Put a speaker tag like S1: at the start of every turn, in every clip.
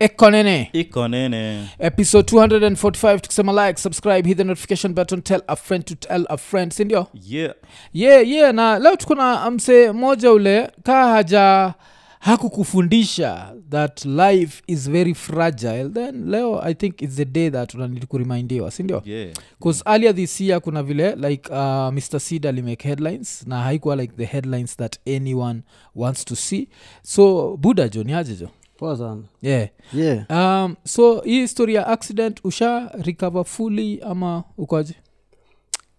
S1: ekonene
S2: iko nene
S1: episode 245 tukisema like subscribe hit the notification button tell a friend to tell a friend sindio
S2: yeah
S1: yeah, yeah na leo tuko na msee moja ule kaa haja hakukufundisha that life is very fragile then leo i think its the day that unanidi kurimindiwa sindio
S2: yeah
S1: bcause earlier this year kuna vile like uh, mr seed alimake headlines na haikuwa like the headlines that anyone wants to see so buda jo ni aje jo
S3: poa sana
S1: yeah
S3: yeah
S1: um, so hii story ya accident usha recover fully ama ukoje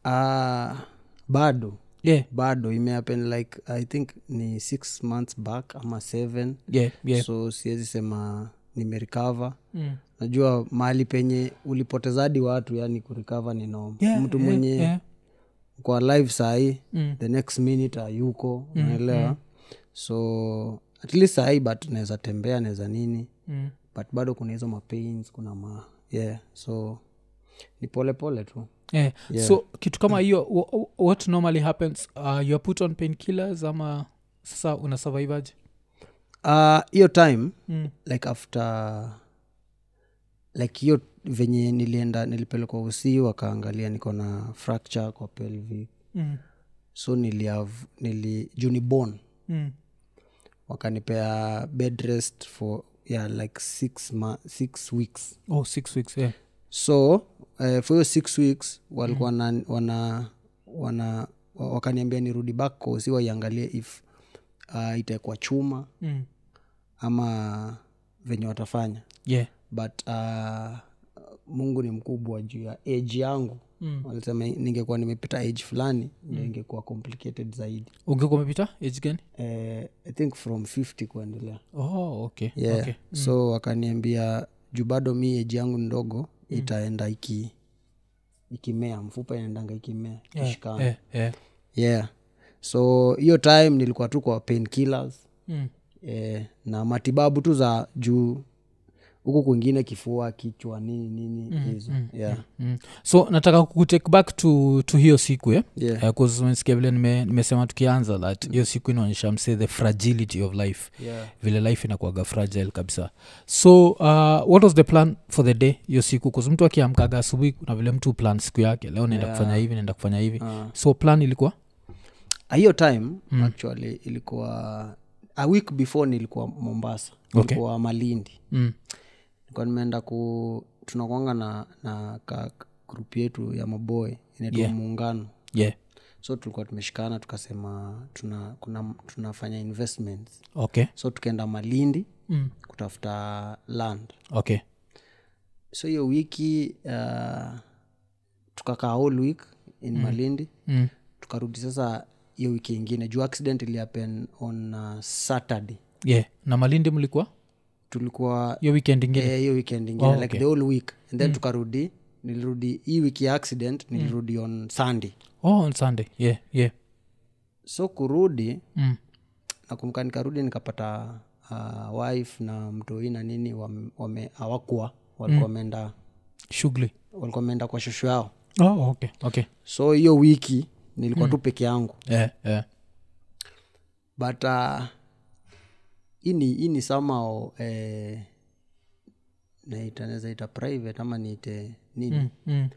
S3: uh, bado
S1: yeah
S3: bado imehappen like i think ni six months back ama seven
S1: yeah yeah
S3: so siwezi sema nimerecover
S1: mm.
S3: najua mahali penye ulipotezadi watu yani kurecover ni noma
S1: yeah
S3: mtu
S1: yeah,
S3: mwenye
S1: yeah.
S3: kwa live sahii
S1: Mm.
S3: the next minute ayuko unaelewa so at least sahii but naweza tembea naweza nini
S1: Mm.
S3: but bado kuna hizo mapains kuna ma yeah so ni polepole tu
S1: Yeah.
S3: Yeah.
S1: so kitu kama hiyo wh- wh- what normally happens uh, youare put on pain killers ama sasa una survivaje
S3: Ah, hiyo time
S1: mm.
S3: like after like hiyo venye nilienda nilipelekwa usii wakaangalia niko na fracture kwa pelvic
S1: mm.
S3: so niliav nili juu ni bone
S1: mm.
S3: wakanipea bed rest for yeah, like six, ma- six weeks
S1: oh six weeks yeah
S3: so uh, for hiyo six weeks walikuwa mm. wana wana wa- wakaniambia nirudi back kwa usi waiangalie if uh, itaekwa chuma
S1: mm.
S3: ama venye watafanya
S1: yeah
S3: but uh, mungu ni mkubwa juu ya age yangu mm. walisema ningekuwa nimepita age fulani ndio ingekuwa complicated zaidi
S1: ungekuwa umepita age gani
S3: eh, i think from 50 kuendelea
S1: oh okay
S3: yeah.
S1: okay
S3: so wakaniambia juu bado mi age yangu ni ndogo itaenda iki ikimea mfupa inaendanga ikimea yeah. ishikana yeah.
S1: yeah yeah
S3: so hiyo time nilikuwa tu kwa pain killers
S1: mm.
S3: eh, na matibabu tu za juu huku kwingine kifua kichwa nini nini hizo mm, mm, yeah.
S1: Mm. so nataka kukutake back to, to hiyo siku eh?
S3: Yeah.
S1: Eh, 'cause umesikia vile nime- nimesema tukianza that hiyo siku inaonyesha mse the fragility of life
S3: Yeah.
S1: vile life inakuaga fragile kabisa so uh, what was the plan for the day hiyo siku bcause mtu akiamkaga asubuhi kuna vile mtu plan siku yake leo naenda
S3: Yeah.
S1: kufanya hivi naenda kufanya hivi
S3: Ah.
S1: so plan ilikuwa
S3: Ah, hiyo time mm. actually ilikuwa a week before nilikuwa mombasa nilikuwa malindi
S1: mm.
S3: nilikuwa nimeenda ku tunakwanga na, na ka grup yetu ya maboy inaitwa
S1: Yeah.
S3: muungano
S1: yeah
S3: so tulikuwa tumeshikana tukasema tuna, kuna, tunafanya investments
S1: okay
S3: so tukaenda malindi
S1: mm.
S3: kutafuta land
S1: okay
S3: so hiyo wiki uh, tukakaa whole week in mm. malindi
S1: mm.
S3: tukarudi sasa hiyo wiki ingine juu accident ilihappen on uh, saturday
S1: yeah na malindi mlikuwa
S3: tulikuwa
S1: hiyo weekend ingine
S3: eh, hiyo weekend ingine
S1: Oh,
S3: like
S1: okay. Mm.
S3: the whole week and then tukarudi nilirudi hii wiki ya accident nilirudi on sunday
S1: oh on sunday yeah yeah
S3: so kurudi
S1: mm.
S3: nakumbuka nikarudi nikapata uh, wife na mtoi na nini wam- wame- hawakuwa
S1: Mm.
S3: walikuwa wameenda
S1: shughuli
S3: walikuwa wameenda kwa shosho yao
S1: oh okay okay
S3: so hiyo wiki
S1: Mm.
S3: nilikuwa tu peke yangu
S1: yeah, yeah.
S3: but uh, hii ni hii ni somehow eh, naita naweza ita private ama niite nini
S1: Mm, mm.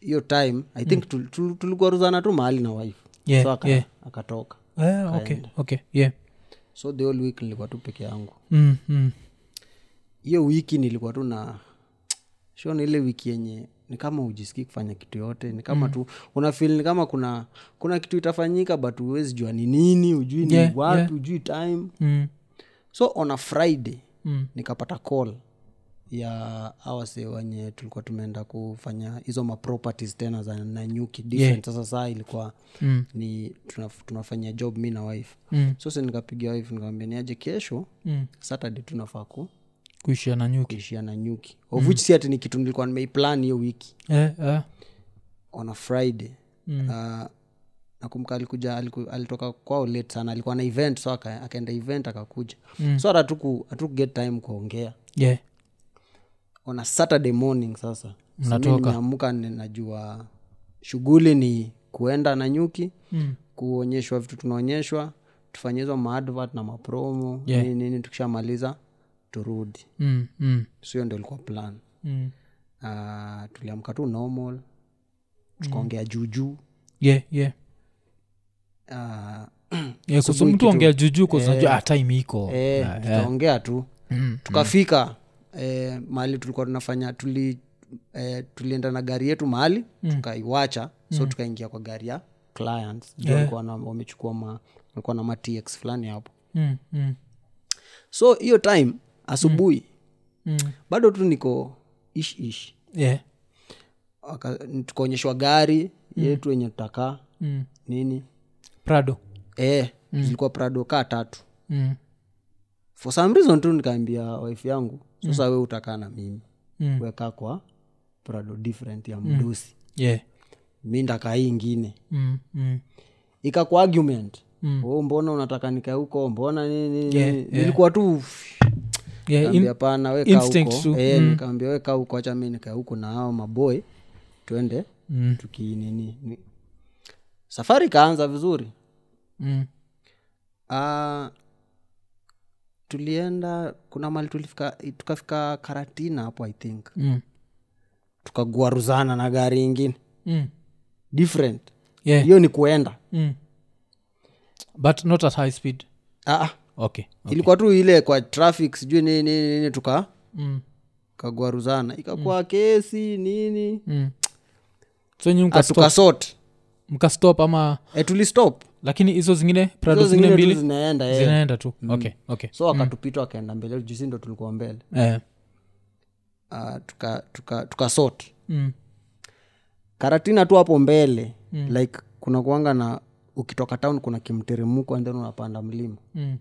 S3: hiyo time i think tul- tul- tuligwaruzana tu mahali na wife
S1: Yeah,
S3: so aka,
S1: yeah.
S3: akatoka
S1: Eh, okay okay yeah
S3: so the whole week nilikuwa tu peke yangu
S1: mm, mm.
S3: hiyo wiki nilikuwa tu na shon ile wiki yenye ni kama ujisikii kufanya kitu yote ni
S1: Mm.
S3: kama tu una feel ni kama kuna kuna kitu itafanyika but huwezi jua ni nini ujui ni
S1: Yeah,
S3: wapi
S1: yeah.
S3: ujui time
S1: Mm.
S3: so on a friday
S1: Mm.
S3: nikapata call ya awase wenye tulikuwa tumeenda kufanya hizo maproperties tena za nanyuki different sasa saa ilikuwa
S1: Mm.
S3: ni tuna, tunafanya job mi na wife
S1: Mm.
S3: so si nikapigia wife nikamwambia niaje kesho
S1: Mm.
S3: saturday tunafaa ku
S1: kuishia na nyuki
S3: kuishia na nyuki of
S1: Mm.
S3: which si ati ni kitu nilikuwa nimeiplan hiyo wiki
S1: eh, eh.
S3: on a friday
S1: Mm.
S3: uh, nakumbuka alikuja aliku, alitoka kwao late sana alikuwa na event so aka- akaenda event akakuja
S1: Mm.
S3: so hata hatuku- hatukuget time kuongea
S1: yeah.
S3: on a saturday morning sasa So mi
S1: Mnatoka.
S3: nimeamka ni- najua shughuli ni kuenda na nyuki
S1: Mm.
S3: kuonyeshwa vitu tunaonyeshwa tufanye hizo maadvert na mapromo
S1: Yeah.
S3: nini nini tukishamaliza turudi
S1: mm, mm,
S3: so hiyo ndo ilikuwa plan
S1: mm.
S3: uh, tuliamka tu normal tukaongea mm. juujuu
S1: yeah, yeah.
S3: uh,
S1: Yeah, kusu- mtu ongea juujuu kusanajua yeah. ah, time iko
S3: eh,
S1: Na-
S3: tukaongea tu
S1: mm,
S3: tukafika eh, mahali tulikuwa tunafanya tuli eh, tulienda na gari yetu mahali mm. tukaiwacha so tukaingia kwa gari ya clients Ndio walikuwa na- wamechukua ma walikuwa na matx fulani hapo
S1: mm, mm,
S3: so hiyo time asubuhi
S1: mm.
S3: bado tu niko ish ish
S1: yeah.
S3: Waka- tukaonyeshwa gari yetu yenye tutakaa
S1: mm.
S3: nini
S1: prado
S3: eh, zilikuwa prado kaa tatu
S1: mm.
S3: for some reason tu nikaambia wife yangu sasa we utakaa na mimi
S1: Mm.
S3: wekaa kwa prado different ya mdusi
S1: yeah.
S3: mi ndakaa hii ingine
S1: mm, mm,
S3: ikakwa argument
S1: Mm.
S3: oh, mbona unataka nikae huko mbona nini nini
S1: Yeah,
S3: nini?"
S1: yeah.
S3: nilikuwa tu
S1: yeah.
S3: kaambia
S1: In,
S3: pana weka
S1: instinct tu. Mm.
S3: huko eh, nikaambia weka huko acha mi nikae huko na hao maboy twende
S1: mm,
S3: tukinini ni- safari ikaanza vizuri
S1: mm.
S3: Ah, tulienda kuna mali tulifika tukafika karatina hapo i think
S1: Mm.
S3: tukaguaruzana na gari ingine
S1: Mm.
S3: different
S1: Yeah.
S3: hiyo ni kuenda
S1: Mm. but not at high speed
S3: ah, ah,
S1: okay
S3: ilikuwa tu ile kwa traffic sijui nini nini, nini tuka
S1: mm.
S3: kaguaruzana ikakuwa kesi nini
S1: Mm. so nyi
S3: Ah,
S1: mka-
S3: tukasort
S1: mkastop ama
S3: e, tulistop
S1: lakini hizo zingine prado
S3: hizo
S1: zingine
S3: zingine
S1: mbili
S3: tu
S1: Mm.
S3: zinaenda eh.
S1: zinaenda tu okay okay
S3: so wakatupita wakaenda mbele jusi ndo tulikuwa mbele
S1: eh.
S3: Ah, tuka tuka tukasort
S1: mm.
S3: karatina tu hapo mbele mm. like kuna kuanga na ukitoka town kuna kimteremko and then unapanda mlima
S1: Mm.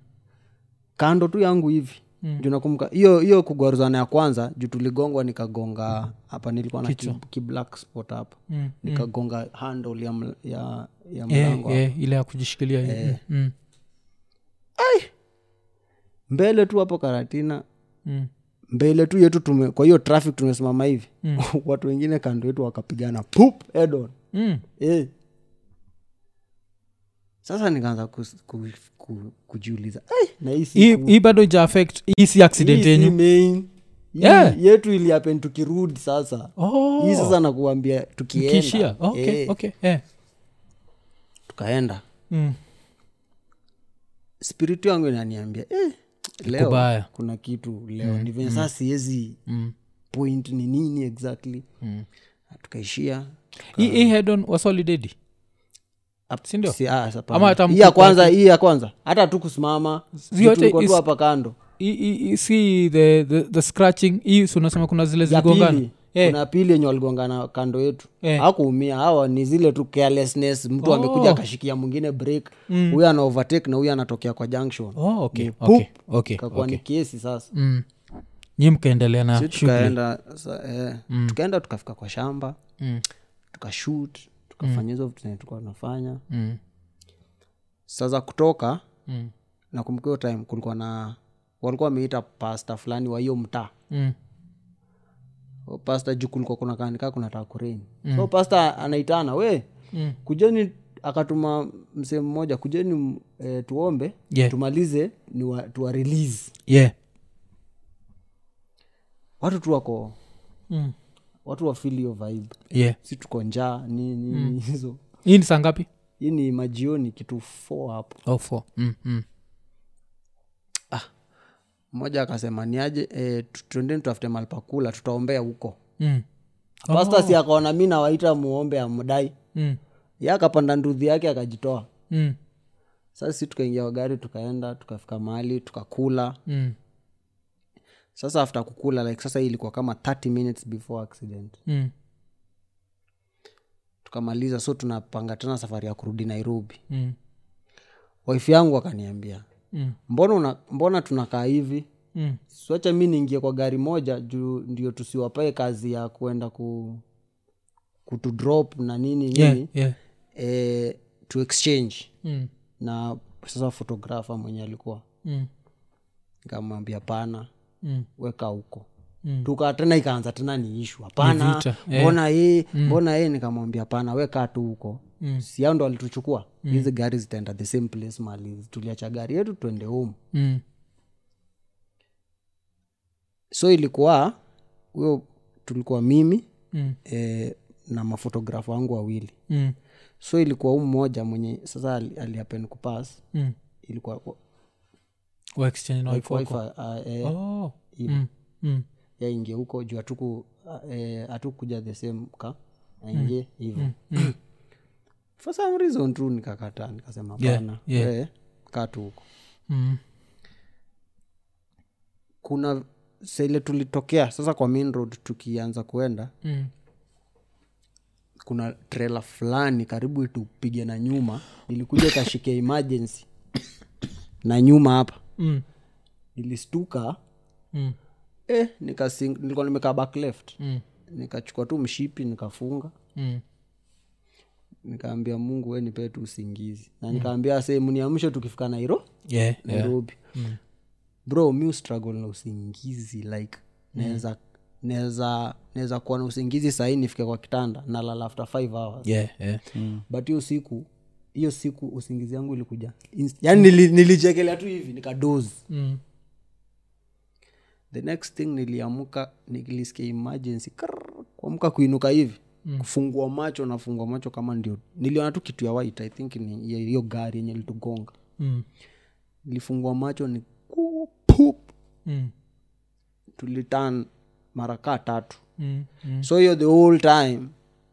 S3: kando tu yangu hivi mm. juu nakumbuka hiyo hiyo kugwaruzana ya kwanza juu tuligongwa nikagonga hapa nilikuwa na ki, ki black spot hapa
S1: Mm.
S3: nikagonga handle ya, ml- ya, ya
S1: Eh,
S3: mlango yeah.
S1: eh, ile ya kujishikilia hii. Mm.
S3: mbele tu hapo karatina
S1: Mm.
S3: mbele tu yetu tume, kwa hiyo traffic tumesimama hivi mm. watu wengine kando yetu wakapigana pup head on
S1: Mm.
S3: eh. sasa nikaanza kus- ku- ku- kujiuliza "Ai, na hii si-
S1: hii hii bado ija affect hii si
S3: hii
S1: accident
S3: si
S1: yenyu
S3: main. Hii
S1: Yeah.
S3: yetu iliapen tukirudi sasa
S1: Oh,
S3: hii sasa nakuambia
S1: kiishia.
S3: tukienda
S1: okay,
S3: Eh,
S1: okay, eh.
S3: tukaenda
S1: Mm.
S3: spiritu yangu inaniambia eh, leo
S1: Kubaya.
S3: kuna kitu leo mm. nivenye saa siwezi
S1: Mm.
S3: point ni nini exactly
S1: Mm.
S3: tukaishia
S1: hii hii head on was already dead.
S3: Ap-
S1: Sindio?
S3: si- ah, hapana.
S1: Ama hata
S3: Hii ya
S1: mkuki-
S3: kwanza hii ya kwanza hata tu kusimama
S1: Sio hata
S3: tulikuwa tu
S1: is-
S3: hapa kando
S1: Hii- hii- hii- si the, the, the scratching hii si unasema kuna zile
S3: ya
S1: ziligongana
S3: pili kuna pili yenye waligongana kando yetu
S1: Eh.
S3: hakuumia hawa ni zile tu carelessness mtu
S1: Oh. Mm.
S3: amekuja akashikia mwingine break huyu ana overtake na huyu anatokea kwa junction
S1: oh, okay,
S3: Ni
S1: okay,
S3: poop.
S1: okay,
S3: ikakuwa
S1: okay.
S3: ni kesi sasa
S1: Mm. nyi mkaendelea na
S3: Si
S1: Ah, shughuli
S3: tukaenda sa- eh, tukaenda tukafika kwa shamba
S1: Mm,
S3: tukashut tukafanya hizo vitu zenye tulikuwa tunafanya
S1: mm,
S3: sasa kutoka
S1: mm,
S3: nakumbuka hiyo time kulikuwa na walikuwa wameita pasta fulani wa hiyo mtaa
S1: mm,
S3: pasta juu kulikuwa kuna kanika kunataka kureni mm. so pasta anaitana we
S1: mm.
S3: kujeni akatuma msee mmoja kujeni m- eh, tuombe
S1: Yeah.
S3: tumalize ni wa, tuwa release
S1: yeah
S3: watu tu wako
S1: Mm,
S3: watu wafili hiyo vibe
S1: yeah
S3: si tuko njaa nini hizo
S1: hii ni saa ngapi
S3: hii ni majioni kitu fo hapo
S1: oh, four. Mm, mm.
S3: mmoja akasema niaje eh, tu- tuendeni tutafute mahali pa kula tutaombea huko
S1: Mm,
S3: pasta si akaona mi nawaita muombe amdai
S1: mm,
S3: ye akapanda ndudhi yake akajitoa
S1: mm,
S3: sasa si tukaingia kwa gari tukaenda tukafika mahali tukakula
S1: mm,
S3: sasa after kukula like sasa hii ilikuwa kama 30 minutes before accident
S1: mm,
S3: tukamaliza so tunapanga tena safari ya kurudi nairobi
S1: mm,
S3: waifu yangu akaniambia
S1: mm,
S3: mbona, una, mbona tunakaa hivi
S1: mm.
S3: siwacha mi niingie kwa gari moja juu ndio tusiwapae kazi ya kuenda ku kutudrop na nini nini
S1: yeah yeah
S3: eh, to exchange
S1: Mm,
S3: na sasa fotografa mwenye alikuwa
S1: mm,
S3: nikamwambia pana
S1: mm,
S3: weka huko
S1: mm.
S3: tuka tena ikaanza tena ni ishu hapana
S1: vita, eh.
S3: mbona yeye mbona yeye nikamwambia hapana wekaa tu huko
S1: Mm.
S3: si ao ndo alituchukua hizi gari zitaenda the
S1: 음,
S3: same place mali tuliacha gari yetu twende home
S1: Mm,
S3: so ilikuwa huyo tulikuwa mimi
S1: mm,
S3: eh, na mafotografa wangu wawili
S1: mm,
S3: so ilikuwa huu mmoja mwenye sasa ali- aliapen kupas
S1: mm.
S3: ilikuwa wa-
S1: Wa exchange na wife wako.
S3: wifi, ah, eh,
S1: Oh, mm, mm,
S3: yaingie huko juu hatuku eh, hatukuja the same ka aingie
S1: Mm.
S3: hivo
S1: 음,
S3: for some reason tu nikakataa nikasema
S1: Yeah,
S3: bana
S1: yeah.
S3: eh, kaa tu huko
S1: mm,
S3: kuna sele tulitokea sasa kwa main road tukianza kuenda
S1: mm.
S3: kuna trela fulani karibu itupige na nyuma ilikuja ikashikia emergency na nyuma hapa
S1: Mm,
S3: nilistuka
S1: mm,
S3: eh, nikasing- nilikuwa nimekaa back left
S1: mm,
S3: nikachukua tu mshipi nikafunga
S1: mm.
S3: nikaambia mungu we nipee tu usingizi na nikaambia sehemu niamshe tukifika nairo
S1: Yeah, Mm. yeah. Mm.
S3: nairobi bro mi struggle na usingizi like naweza naweza naweza kuwa na usingizi sahii nifike kwa kitanda nalala after five hours
S1: Yeah, yeah.
S3: but hiyo siku hiyo siku usingizi yangu ilikuja inst- yani nili, nilichekelea tu hivi nikadozi
S1: Mm,
S3: the next thing niliamka nilisikia emergency krrr, kuamka kuinuka hivi mm. kufungua macho nafungua macho kama ndio niliona tu kitu ya white i think ni ya hiyo gari yenye litugonga
S1: mm,
S3: nilifungua macho ni ku- pup
S1: mm,
S3: tulitan mara kaa tatu
S1: mm, mm,
S3: so hiyo the whole time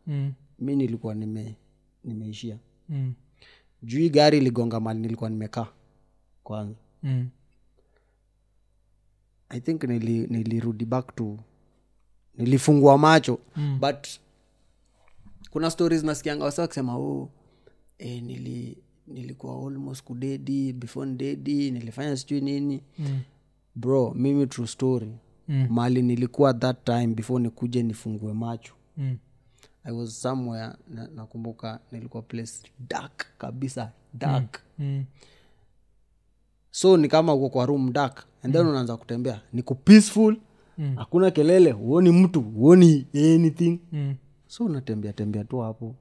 S1: mm,
S3: mi nilikuwa nime nimeishia
S1: mm,
S3: juu hii gari iligonga mali nilikuwa nimekaa kwanza
S1: mm.
S3: i think nili- nilirudi back to nilifungua macho mm. but kuna stories nasikianga wasa wakisema oh, eh, nili nilikuwa almost kudedi before ndedi nilifanya sijui nini
S1: Mm.
S3: bro mimi true story
S1: Mm.
S3: mali nilikuwa that time before nikuje nifungue macho
S1: Mm.
S3: i was somewhere na, nakumbuka nilikuwa place dark kabisa dark mm
S1: Mm.
S3: so ni kama uko kwa room dark and then unaanza kutembea niko peaceful
S1: Mm.
S3: hakuna kelele huoni mtu huoni anything
S1: Mm.
S3: so unatembea tembea tu hapo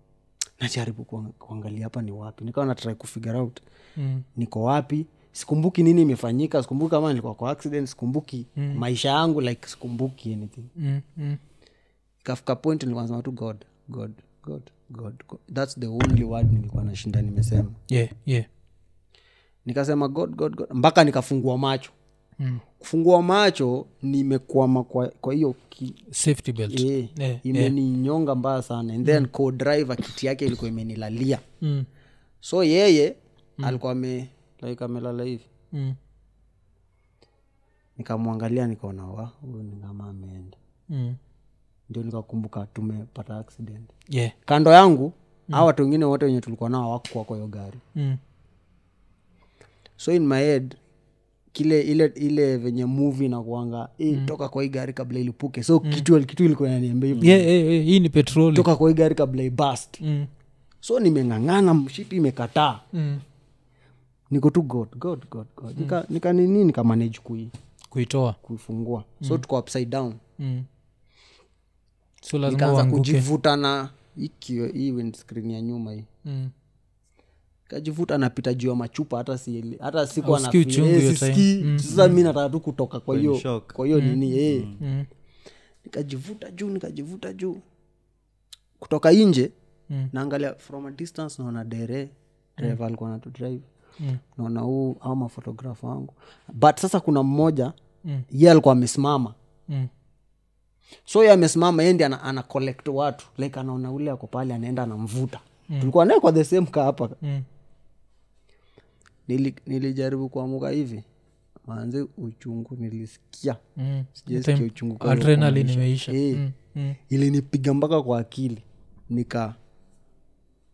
S3: najaribu kuang- kuangalia hapa ni wapi nikawa natrai kufigure out
S1: Mm.
S3: niko wapi sikumbuki nini imefanyika sikumbuki kama nilikuwa kwa accident sikumbuki mm. maisha yangu like sikumbuki anything
S1: Mm. Mm.
S3: ikafika point nilikuwa nasema tu god god god god, god. thats the only word nilikuwa nashinda nimesema
S1: Yeah, yeah.
S3: nikasema god god god mpaka nikafungua macho
S1: Mm.
S3: kufungua macho nimekwama kwa kwa hiyo ki-
S1: safety belt 네, 예.
S3: eh,
S1: Yeah,
S3: imeninyonga mbaya sana and then co-driver kiti yake ilikuwa imenilalia
S1: Mm.
S3: so yeye alikuwa ame like amelala hivi
S1: Mm.
S3: nikamwangalia nikaona wa huyu ni kama ameenda
S1: Mm.
S3: ndio nikakumbuka tumepata accident
S1: Yeah.
S3: kando yangu mm. hawa watu wengine wote wenye tulikuwa nao hawakuwa kwa hiyo gari
S1: Mm.
S3: so in my head kile ile ile venye movie nakuanga mm. toka kwa hii gari kabla ilipuke so mm. kitu kitu ilikuwa inaniambia hivyo
S1: Yeah, yeah, yeah. hii ni petroli
S3: toka kwa hii gari kabla ibast
S1: mm.
S3: so nimeng'ang'ana mshipi imekataa
S1: Mm.
S3: niko tu god god god god
S1: Hmm.
S3: nika, nika nini nikamanage kui,
S1: kuitoa
S3: kuifungua so
S1: Hmm.
S3: tuko upside down
S1: mm. so lazima
S3: nikaanza
S1: uanguke
S3: kujivuta na hii kio- hii windscreen ya nyuma hii
S1: mm.
S3: kajivuta napita juu ya machupa hata si hata sikuwa
S1: Hausikii uchungu hiyo time. Hmm.
S3: sasa mi nataka tu kutoka kwa hiyo
S2: shock.
S3: kwa hiyo nini eh.
S1: Mm.
S3: nikajivuta juu nikajivuta juu kutoka nje
S1: Mm.
S3: naangalia from a distance naona dere drive alikuwa natu drive
S1: Mm.
S3: naona huu au mafotografu wangu but sasa kuna mmoja
S1: Mm.
S3: ye alikuwa amesimama
S1: Mm.
S3: so ye amesimama yendi ana, ana collect watu like anaona ule ako pale anaenda anamvuta tulikuwa naye kwa the same ka hapa
S1: Mm.
S3: Nili, nilijaribu kuamuka hivi manze uchungu nilisikia
S1: Mm.
S3: sijaisikia uchungu kwa hiyo
S1: adrenaline
S3: kuamsha.
S1: imeisha
S3: Eh.
S1: mm. Mm.
S3: ilinipiga mpaka kwa akili nika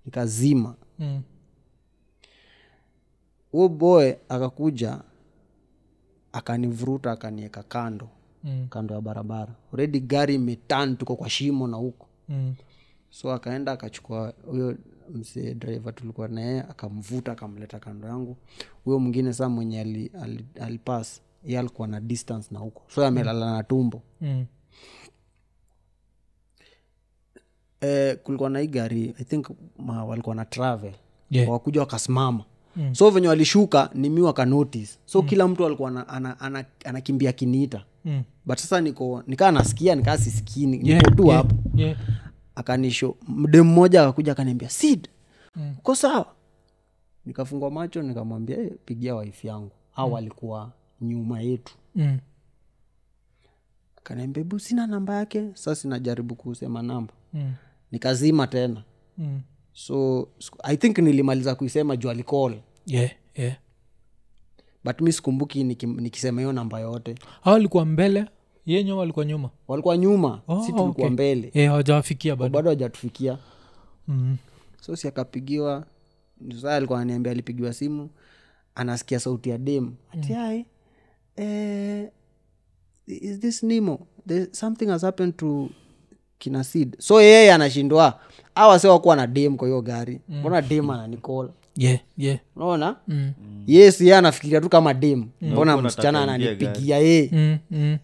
S3: nikazima
S1: Mm.
S3: huo boy akakuja akanivuruta akanieka kando
S1: Mm.
S3: kando ya barabara redi gari imetan tuko kwa shimo na huko
S1: Mm.
S3: so akaenda akachukua huyo msee driver tulikuwa naye akamvuta akamleta kando yangu huyo mwingine saa mwenye alipas ali, ali alipass, yeye alikuwa na distance na huko so amelala na tumbo
S1: Mm.
S3: eh, kulikuwa na hii gari i think ma, walikuwa na travel
S1: Yeah.
S3: wakuja wakasimama
S1: Mm.
S3: so venye walishuka ni mi wakanotice so kila mtu alikuwa ana- ana- ana- anakimbia ana, ana kiniita
S1: Mm.
S3: but sasa niko nikaa nasikia nikaa sisikii ni- niko
S1: Yeah,
S3: tu
S1: yeah,
S3: hapo
S1: yeah.
S3: akanisho mdemu mmoja akakuja akaniambia sid
S1: Mm.
S3: uko sawa nikafungwa macho nikamwambia "Eh, pigia waifu yangu au alikuwa nyuma yetu
S1: Mm.
S3: akaniambia bu sina namba yake sasa najaribu kusema namba
S1: Mm.
S3: nikazima tena
S1: Mm.
S3: so siku- i think nilimaliza kuisema juu alikol
S1: Yeah, yeah.
S3: but mi sikumbuki nikim- nikisema hiyo namba yote
S1: hao walikuwa mbele yenyo walikuwa nyuma
S3: walikuwa nyuma
S1: Oh,
S3: si tulikuwa
S1: okay.
S3: mbele
S1: Eh, hawajawafikia bado
S3: bado hajatufikia
S1: mm.
S3: so si akapigiwa saa alikuwa ananiambia alipigiwa simu anasikia sauti ya dem atiai eh, is this nimo There, something has happened to kina Sid." so yeye anashindwa awase wakuwa na dem kwa hiyo gari
S1: Mm.
S3: mbona dem ananikola
S1: yeah, yeah.
S3: unaona
S1: Mm.
S3: yes yeye anafikiria tu kama dem mbona
S2: unataka
S3: msichana
S2: uingie gari.
S3: ananipigia yeye
S1: Mm. Mm.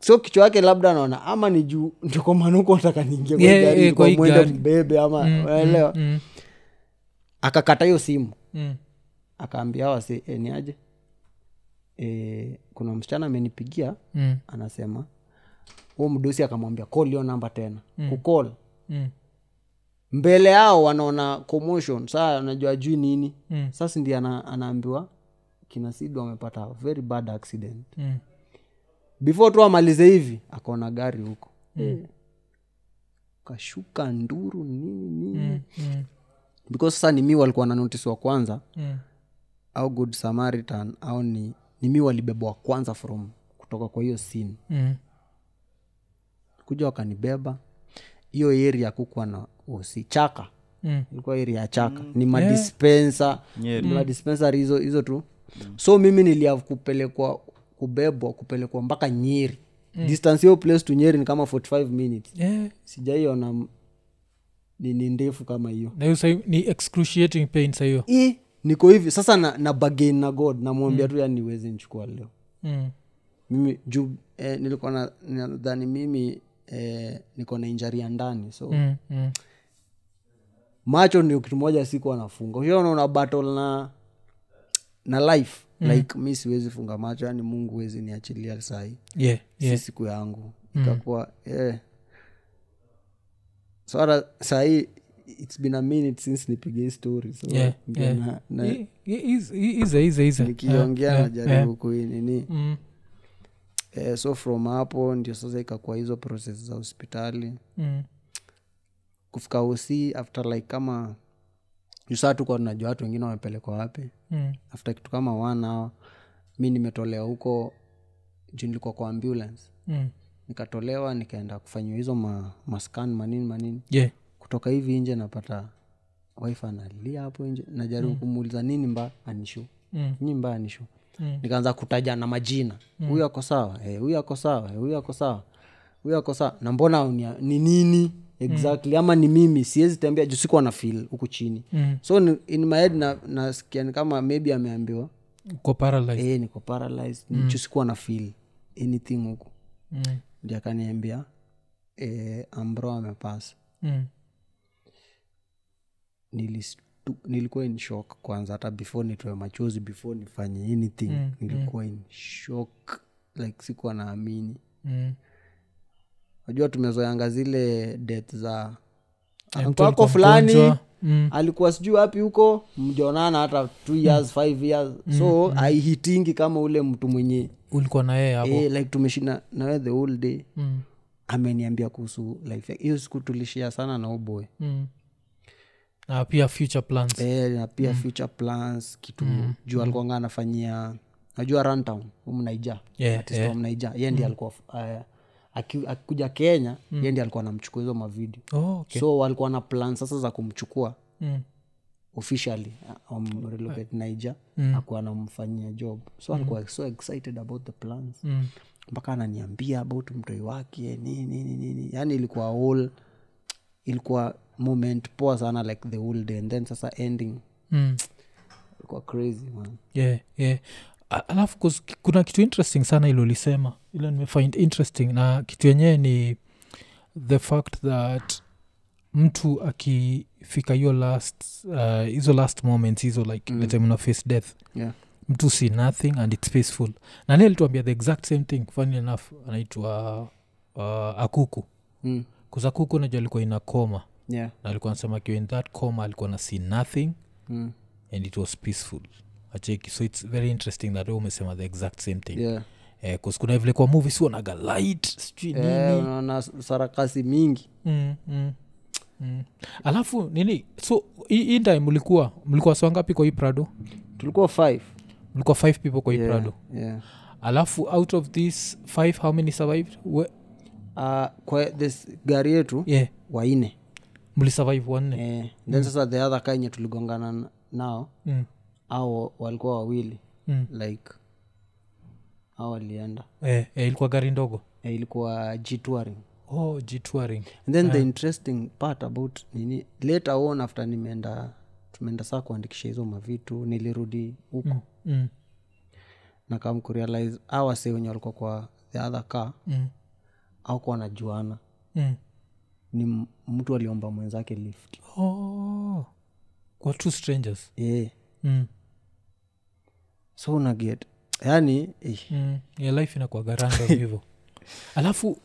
S3: so kichwa yake labda anaona ama ni juu ndiko manuko nataka niingie kwa hii
S1: Yeah,
S3: gari,
S1: yeah,
S3: ndiko
S1: kwa hii
S3: mwende
S1: gari.
S3: mbebe ama
S1: Mm,
S3: Ah, unaelewa
S1: Mm.
S3: akakata hiyo simu
S1: Mm.
S3: akaambia wase e, ni aje e, kuna msichana amenipigia
S1: Mm.
S3: anasema huo mdosi akamwambia call hiyo namba tena mm. kukol
S1: Mm.
S3: mbele yao wanaona commotion saa anajua jui nini
S1: Mm.
S3: sasa ndi ana, anaambiwa kinasidu amepata very bad accident
S1: Mm.
S3: before tu amalize hivi akaona gari huko mm. kashuka nduru nini nini mm.
S1: Mm. Mm.
S3: because sasa ni mi walikuwa na notice wa kwanza
S1: Mm.
S3: au good samaritan au ni, ni mi walibebwa kwanza from kutoka kwa hiyo sin
S1: Mm.
S3: kuja wakanibeba hiyo area kukuwa na osi chaka
S1: Mm.
S3: ilikuwa area ya chaka ni madispensa
S2: Yeah.
S3: ni madispensari hizo hizo tu
S1: Mm.
S3: so mimi nilia kupelekwa kubebwa kupelekwa mpaka nyeri
S1: Mm.
S3: distance hiyo place to nyeri ni kama 45 minutes
S1: Yeah.
S3: sijaiona m- nini ndefu kama hiyo
S1: na hiyo sahi- ni excruciating pain sahiyo
S3: i niko hivi sasa na, na bagain na god namwambia tu yani niwezi nichukua leo
S1: mm.
S3: mimi juu eh, nilikuwa na- nadhani mimi eh, niko na injari ya ndani so mm.
S1: mm. mm.
S3: macho ndio kitu moja siku anafunga unaona battle na na life mm. like mi siwezi funga macho yani mungu wezi niachilia sahi
S1: yeah. yeah. Mm.
S3: si siku yangu ikakuwa eh. so hata sahii its been a minute since nipige hii story so
S1: Yeah,
S3: ndio
S1: yeah.
S3: na- na-
S1: I- i- is- i- iza iza iza
S3: nikiongea
S1: Yeah, yeah, yeah.
S3: najaribu kuinini
S1: Mm.
S3: eh, so from hapo ndio sasa ikakuwa hizo proses za hospitali
S1: Mm.
S3: kufika hosi after like kama jusaa tukuwa tunajua watu wengine wamepelekwa wapi
S1: Mm.
S3: after kitu kama one hour mi nimetolewa huko juu nilikuwa kwa ambulance
S1: Mm.
S3: nikatolewa nikaenda kufanyiwa hizo ma, mascan manini manini
S1: yeah
S3: kutoka hivi nje napata wife analia hapo nje najaribu kumuuliza nini mba anishu
S1: Mm.
S3: nini mba anishu
S1: Mm.
S3: nikaanza kutaja na majina huyu ako sawa eh, huyu ako sawa eh, huyu ako sawa huyu ako sawa na mbona unia- ni nini
S1: Mm.
S3: exactly ama ni mimi siwezi tembea juu sikuwa na fil huku chini
S1: Mm.
S3: so ni- in my head na- nasikia ni kama maybe ameambiwa
S1: uko paralyzed
S3: eh, niko paralyzed mm. juu sikuwa na fil anything huku
S1: mm.
S3: ndi akaniambia eh, ambro amepasa
S1: Mm.
S3: nilistu, nilikuwa in shock kwanza hata before nitoe machozi before nifanye anything mm, nilikuwa in shock like sikuwa naamini
S1: Mm.
S3: najua tumezoeanga zile death za
S1: Eh, mtu
S3: kwako
S1: alikuwa
S3: fulani
S1: mgonjwa. Mm.
S3: alikuwa sijui wapi huko mjaonana hata two years five years so aihitingi kama ule mtu mwenye
S1: ulikuwa na yeye hapo
S3: eh, like tumeshinda nawe the whole day
S1: Mm.
S3: ameniambia kuhusu life yake. hiyo siku tulishia sana na uboy
S1: Mm. na pia future plans
S3: Eh, na pia
S1: Mm.
S3: future plans kitu juu alikuanga anafanyia najua runtown umnaija
S1: Yeah, yeah. Mm.
S3: mnaija ye ndi alikuwa eh, aki- akikuja kenya mm. ye ndi alikuwa anamchukua hizo mavideo
S1: oh, okay.
S3: so walikuwa na plan sasa za kumchukua
S1: mm.
S3: officially um,
S1: Uh,
S3: relocate niger
S1: mm.
S3: akuwa anamfanyia job so alikuwa so excited about the plans
S1: Mm.
S3: mpaka ananiambia about mtoi wake nini nini nini yani ilikuwa all ilikuwa moment poa sana like the whole day and then sasa ending
S1: Mm.
S3: ilikuwa crazy man
S1: yeah, yeah. A- alafu kus- kuna kitu interesting sana ilo lisema ilo nimefind interesting na kitu yenyewe ni the fact that mtu akifika hiyo last uh, hizo last moments hizo like mm. the time una face death
S3: yeah
S1: mtu see nothing and its peaceful nani alituambia the exact same thing funny enough anaitwa uh, akuku
S3: mm.
S1: kuzakuku najua alikuwa ina koma
S3: yeah.
S1: na alikuwa anasema akiwa in that coma alikuwa na see nothing
S3: mm.
S1: and it was peaceful acheki so its very interesting that we umesema the exact same thing
S3: yeah.
S1: yeah. kuna vile kwa movie sionaga light sijui nini
S3: Eh, unaona sarakasi mingi
S1: mm, mm, mm. alafu nini so hii hii time mlikuwa mlikuwa so ngapi kwa hii prado
S3: tulikuwa five
S1: mlikuwa five people kwa hii
S3: yeah.
S1: prado
S3: yeah.
S1: alafu out of these five how many survived We,
S3: uh, kwa this gari yetu
S1: yeah
S3: waine
S1: mlisurvive wanne yeah.
S3: eh, then sasa the other kaenye tuligongana n- nao
S1: mm.
S3: au walikuwa wawili
S1: Mm.
S3: like au walienda
S1: Eh, eh, ilikuwa gari ndogo
S3: eh, ilikuwa jitwaring
S1: oh jitwaring
S3: and
S1: Eh.
S3: then the interesting part about nini later on after nimeenda tumeenda saa kuandikisha hizo mavitu nilirudi huku mm.
S1: mm.
S3: na kam kurealize awase wenye walikuwa kwa the other car
S1: mm.
S3: au kuwa wanajuana
S1: mm.
S3: ni m- mtu aliomba mwenzake lift
S1: oh. kwa two strangers
S3: yeah.
S1: mm.
S3: Eh, so unaget yani eh,
S1: mm. ya life inakuwa garanda hivyo alafu uh,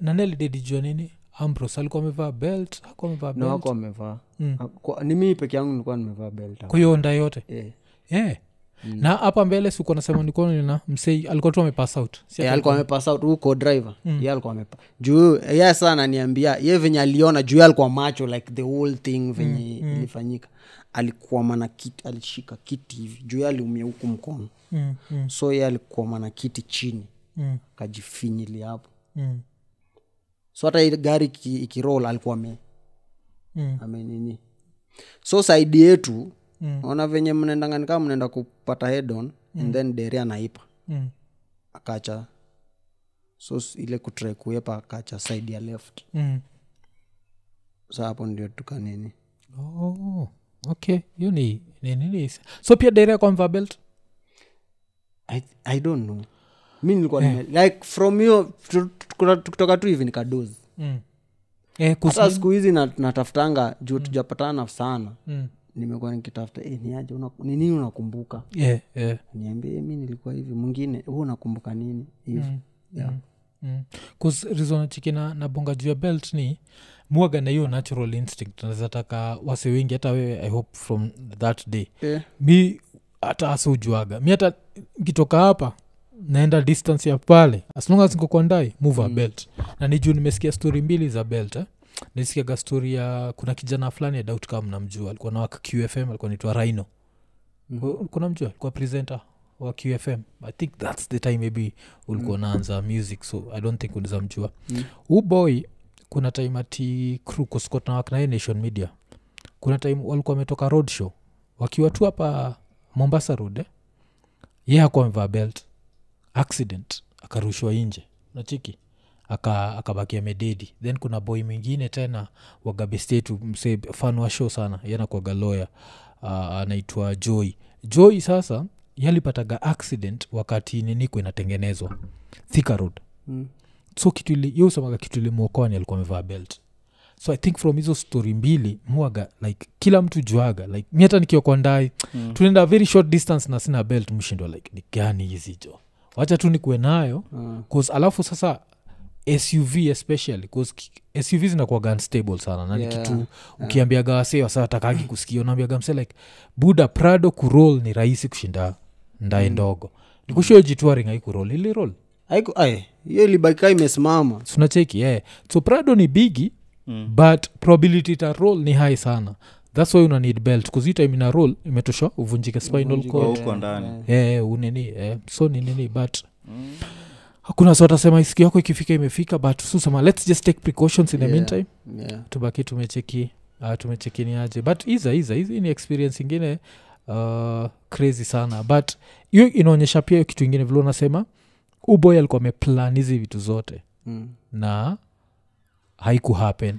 S1: nanelidedijua nini ambros alikuwa amevaa belt akuwa amevaa
S3: na
S1: belt
S3: wako wamevaa
S1: Mm.
S3: Ah, kwa- ni mii peke yangu nilikuwa nimevaa belt hapo.
S1: kwa hiyo onda yote
S3: Eh.
S1: yeah. mm. na hapa mbele sikuwa nasema nikonina msei alikuwa tu amepass out si
S3: Eh, alikuwa amepasa huko driver
S1: Mm.
S3: ye alikuwa amepa juu ye saa ananiambia ye venye aliona juu ye alikuwa macho like the whole thing venye
S1: Mm.
S3: ilifanyika alikuwa na kiti alishika kiti hivi juu ye aliumia huku mkono
S1: mm. Mm.
S3: so ye alikuwa na kiti chini
S1: Mm.
S3: akajifinyili hapo
S1: Mm.
S3: so hata ile gari iki- ikirol alikuwa ame
S1: Mm.
S3: amenini so saidi yetu
S1: Mm.
S3: naona venye mnaendangani kama mnaenda kupata hedon and then deri anaipa
S1: Mm.
S3: akacha so s- ile kutre kuepa akacha side ya left
S1: Mm.
S3: sa hapo ndio tukanini
S1: Oh, okay hiyo ni ni nini so pia dere kwa mvaa belt
S3: I, i don't know mi nilikuwa
S1: Eh.
S3: nime- like from hiyo tu- tu- tukitoka tu hivi nikadozi
S1: mm. eh, kus-
S3: hata siku hizi na- nataftanga juu tujapatana sana
S1: mm.
S3: nimekuwa nikitafuta eh, ni aje, una- ni nini unakumbuka
S1: yeah, yeah.
S3: niambie mi nilikuwa hivi mwingine huu unakumbuka nini hivi yeah.
S1: Mm. 'Cause reason nachiki na nabonga juu ya belt ni muaga na hiyo natural instinct nazataka wase wengi hata wewe i hope from that day
S3: Eh,
S1: mi hata hasa ujuaga mi hata nkitoka hapa naenda distance ya pale as long as niko kwa ndai move a belt na ni juu nimesikia stori mbili za belt eh? nisikiaga stori ya kuna kijana fulani ya doubt kama mnamjua alikuwa na waka qfm alikuwa naitwa rhino mm. kuna mjua alikuwa presenter wa qfm i think thats the time maybe ulikuwa unaanza music so i don't think uniza mjua
S3: Mm.
S1: huu boy kuna time ati crew kusikuwa tunawak naye nation media kuna time walikuwa wametoka road show wakiwa tu hapa mombasa road eh? ye hakuwa amevaa belt accident akarushwa nje nachiki aka akabakia mededi then kuna boy mwingine tena wagabestetu mse fan wa show sana yanakwaga loya uh, anaitwa joy joy sasa yalipataga accident wakati niniko inatengenezwa thika road
S3: mm,
S1: so kitu ili- ye usemaga kitu ilimwokoani alikuwa amevaa belt so i think from hizo story mbili muaga like kila mtu juaga like mi hata nikiwa kwa ndai mm. tunaenda very short distance na sina belt mshindo like ni gani hizi jo wacha tu nikuwe nayo
S3: ah,
S1: cause alafu sasa suv especially cause ki- suv zinakuwaga unstable sana na ni
S3: Yeah,
S1: kitu ukiambiaga wasee wasa watakagi kusikia unaambiaga mse like buda prado kurol ni rahisi kushinda ndae mm. ndogo nikushojitwaring aikurol ilirol
S3: haiku- ai, hiyo ilibakika imesimama
S1: sunacheki yeah. so prado ni bigi mm. but probability ta roll ni high sana thats why una need belt kuzitime ina roll imetosha uvunjike spinal
S3: Uvunjike,
S1: cord
S3: yeah.
S2: huko ndani
S1: yeah. yeah, unini yeah. so ni nini but hakuna so atasema isiki yako ikifika imefika but susema lets just take precautions in the
S3: Yeah.
S1: meantime
S3: yeah.
S1: tubaki tumecheki uh, tumechekiniaje but iza iza hizi ni experience ingine uh, crazy sana but hiyo inaonyesha pia hiyo kitu ingine vile unasema uboy alikuwa ameplan hizi vitu zote
S3: mm.
S1: na haiku happen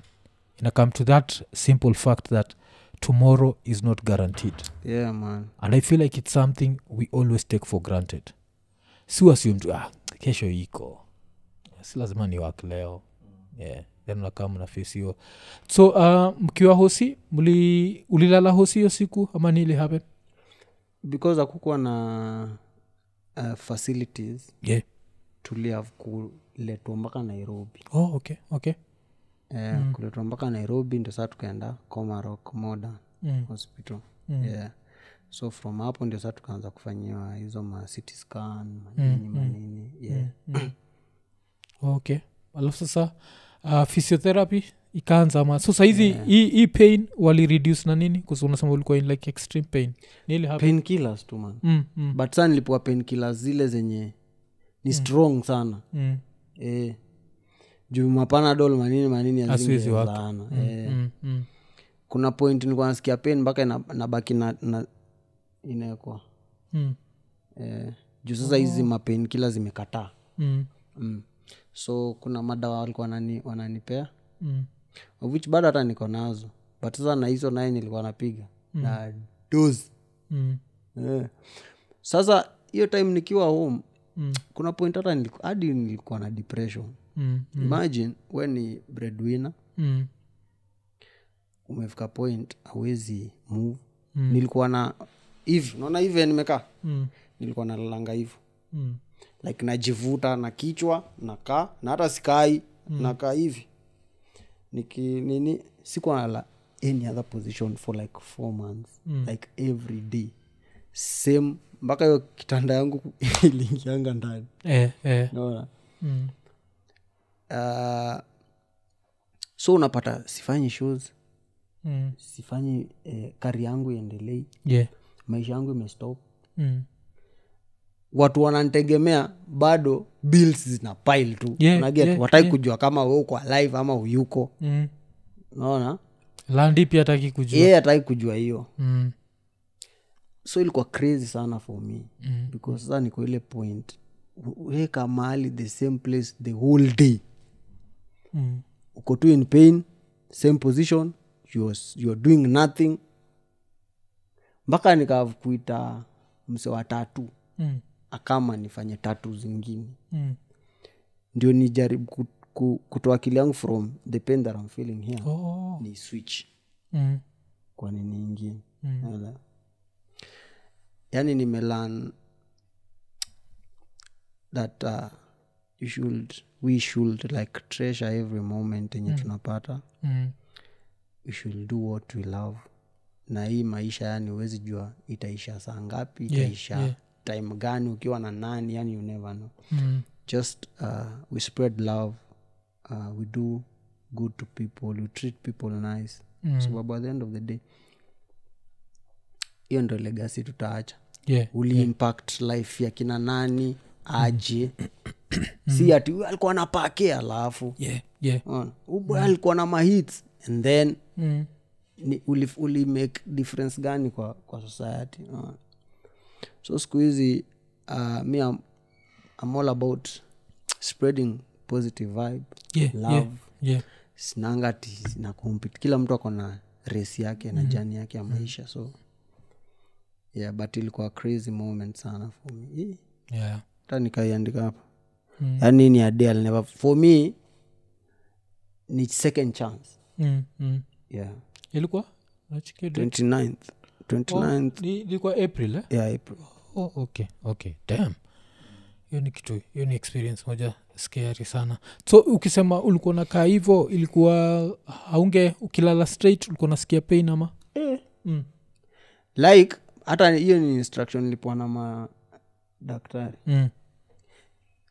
S1: ina come to that simple fact that tomorrow is not guaranteed
S3: yeah man
S1: and i feel like it's something we always take for granted si assumed ah, kesho iko si lazima ni wak leo yeah then unakaa mnafesi hiyo so uh, mkiwa hosi mli ulilala hosi hiyo siku ama nili happen
S3: because akukuwa na uh, facilities
S1: yeah.
S3: tuliav kuletwa mpaka nairobi
S1: oh, okay okay
S3: yeah, mm. kuletwa mpaka nairobi ndio saa tukaenda comarock modern
S1: Mm.
S3: hospital mm. yeah so from hapo ndio saa tukaanza kufanyiwa hizo ma city scan manini mm. manini yeah mm.
S1: okay alafu sasa uh, physiotherapy ikaanza ma so sahizi yeah. hii hii pain walireduce na nini kuhusu unasema ulikuwa in like extreme pain nili hapa
S3: pain killers tu man
S1: mm, mm,
S3: but saa nilipewa pain killers zile zenye ni strong sana
S1: mm.
S3: eh. juu mapanadol manini manini
S1: Haziwezi work.
S3: hazingezaana eh.
S1: Mm, mm.
S3: kuna point nilikuwa nasikia pain mpaka ina- nabaki na, na inawekwa
S1: Mm,
S3: eh. juu sasa hizi oh. mapain kila zimekataa
S1: mm,
S3: mm. so kuna madawa walikuwa wanani, wananipea
S1: mm.
S3: of which bado hata niko nazo but sasa na hizo naye nilikuwa napiga mm. na dozi
S1: Mm,
S3: eh. sasa hiyo time nikiwa home
S1: Mm.
S3: kuna point hata niliku- hadi nilikuwa na depression
S1: mm,
S3: mm. imagine we ni breadwinner
S1: mm,
S3: umefika point awezi move mm. nilikuwa na hivi unaona hivi venye nimekaa
S1: mm,
S3: nilikuwa nalalanga hivo
S1: mm.
S3: like najivuta na kichwa nakaa na hata sikai mm. nakaa hivi niki nini sikuwa nala any other position for like four months mm. like every day same mpaka hiyo kitanda yangu iliingianga ndani
S1: Eh, eh.
S3: naona
S1: Mm,
S3: uh, so unapata sifanyi shows
S1: mm.
S3: sifanyi eh, kari yangu iendelei
S1: yeah
S3: maisha yangu imestop
S1: Mm.
S3: watu wanantegemea bado bills zina pile tu
S1: Yeah,
S3: unaget
S1: yeah,
S3: wataki kujua kama we uko alive ama uyuko
S1: Mm.
S3: unaona
S1: landi pia hataki kujua
S3: yeye hataki kujua hiyo
S1: mm.
S3: so ilikuwa crazy sana for me mm. because sasa niko ile point weka mahali the same place the whole day
S1: Mm.
S3: uko tu in pain same position you're, you're doing nothing mpaka nikakuita mse wa tatu
S1: Mm.
S3: akama nifanye tatu zingine
S1: Mm.
S3: ndio nijaribu ku, ku, kutoa akili yangu from the pain that I'm feeling here
S1: Oh.
S3: ni switch
S1: Mm.
S3: kwa nini ingine
S1: Mm.
S3: Unaelewa? yaani nimelan that uh, you should, we should like treasure every moment yenye tunapata
S1: Mm.
S3: we should do what we love na hii maisha yani huwezi jua itaisha saa ngapi itaisha
S1: yeah.
S3: time gani ukiwa na nani yani you never know
S1: Mm.
S3: just uh, we spread love uh, we do good to people we treat people nice
S1: Mm.
S3: sababu at the end of the day hiyo ndo legasi tutaacha
S1: yeah Mm.
S3: uli impact life ya kina nani aje si ati "Huyu alikuwa na pake alafu
S1: yeah Mm. yeah
S3: Unaona? Huyu alikuwa na mahits and then
S1: mm.
S3: ni uli, uli make difference gani kwa, kwa society Unaona? so siku hizi uh, mi am, am all about spreading positive vibe
S1: yeah
S3: love
S1: yeah
S3: sinanga ti na compete kila mtu ako na resi yake na jani yake ya maisha so yeah but ilikuwa crazy moment sana for me Hii,
S1: yeah
S3: hata nikaiandika hapa
S1: Mm.
S3: yaani ni adel never for me ni second chance
S1: mm. Mm.
S3: yeah
S1: ilikuwa Nachiki date.
S3: 29th 29th
S1: Ni- ilikuwa april eh?
S3: yeah April.
S1: oh, okay okay damn hiyo ni kitu hiyo ni experience moja scary sana so ukisema ulikuwa na kaa hivo ilikuwa haunge ukilala straight ulikuwa nasikia pain ama mm.
S3: like hata hiyo ni instruction nilipewa na madaktari
S1: Mm.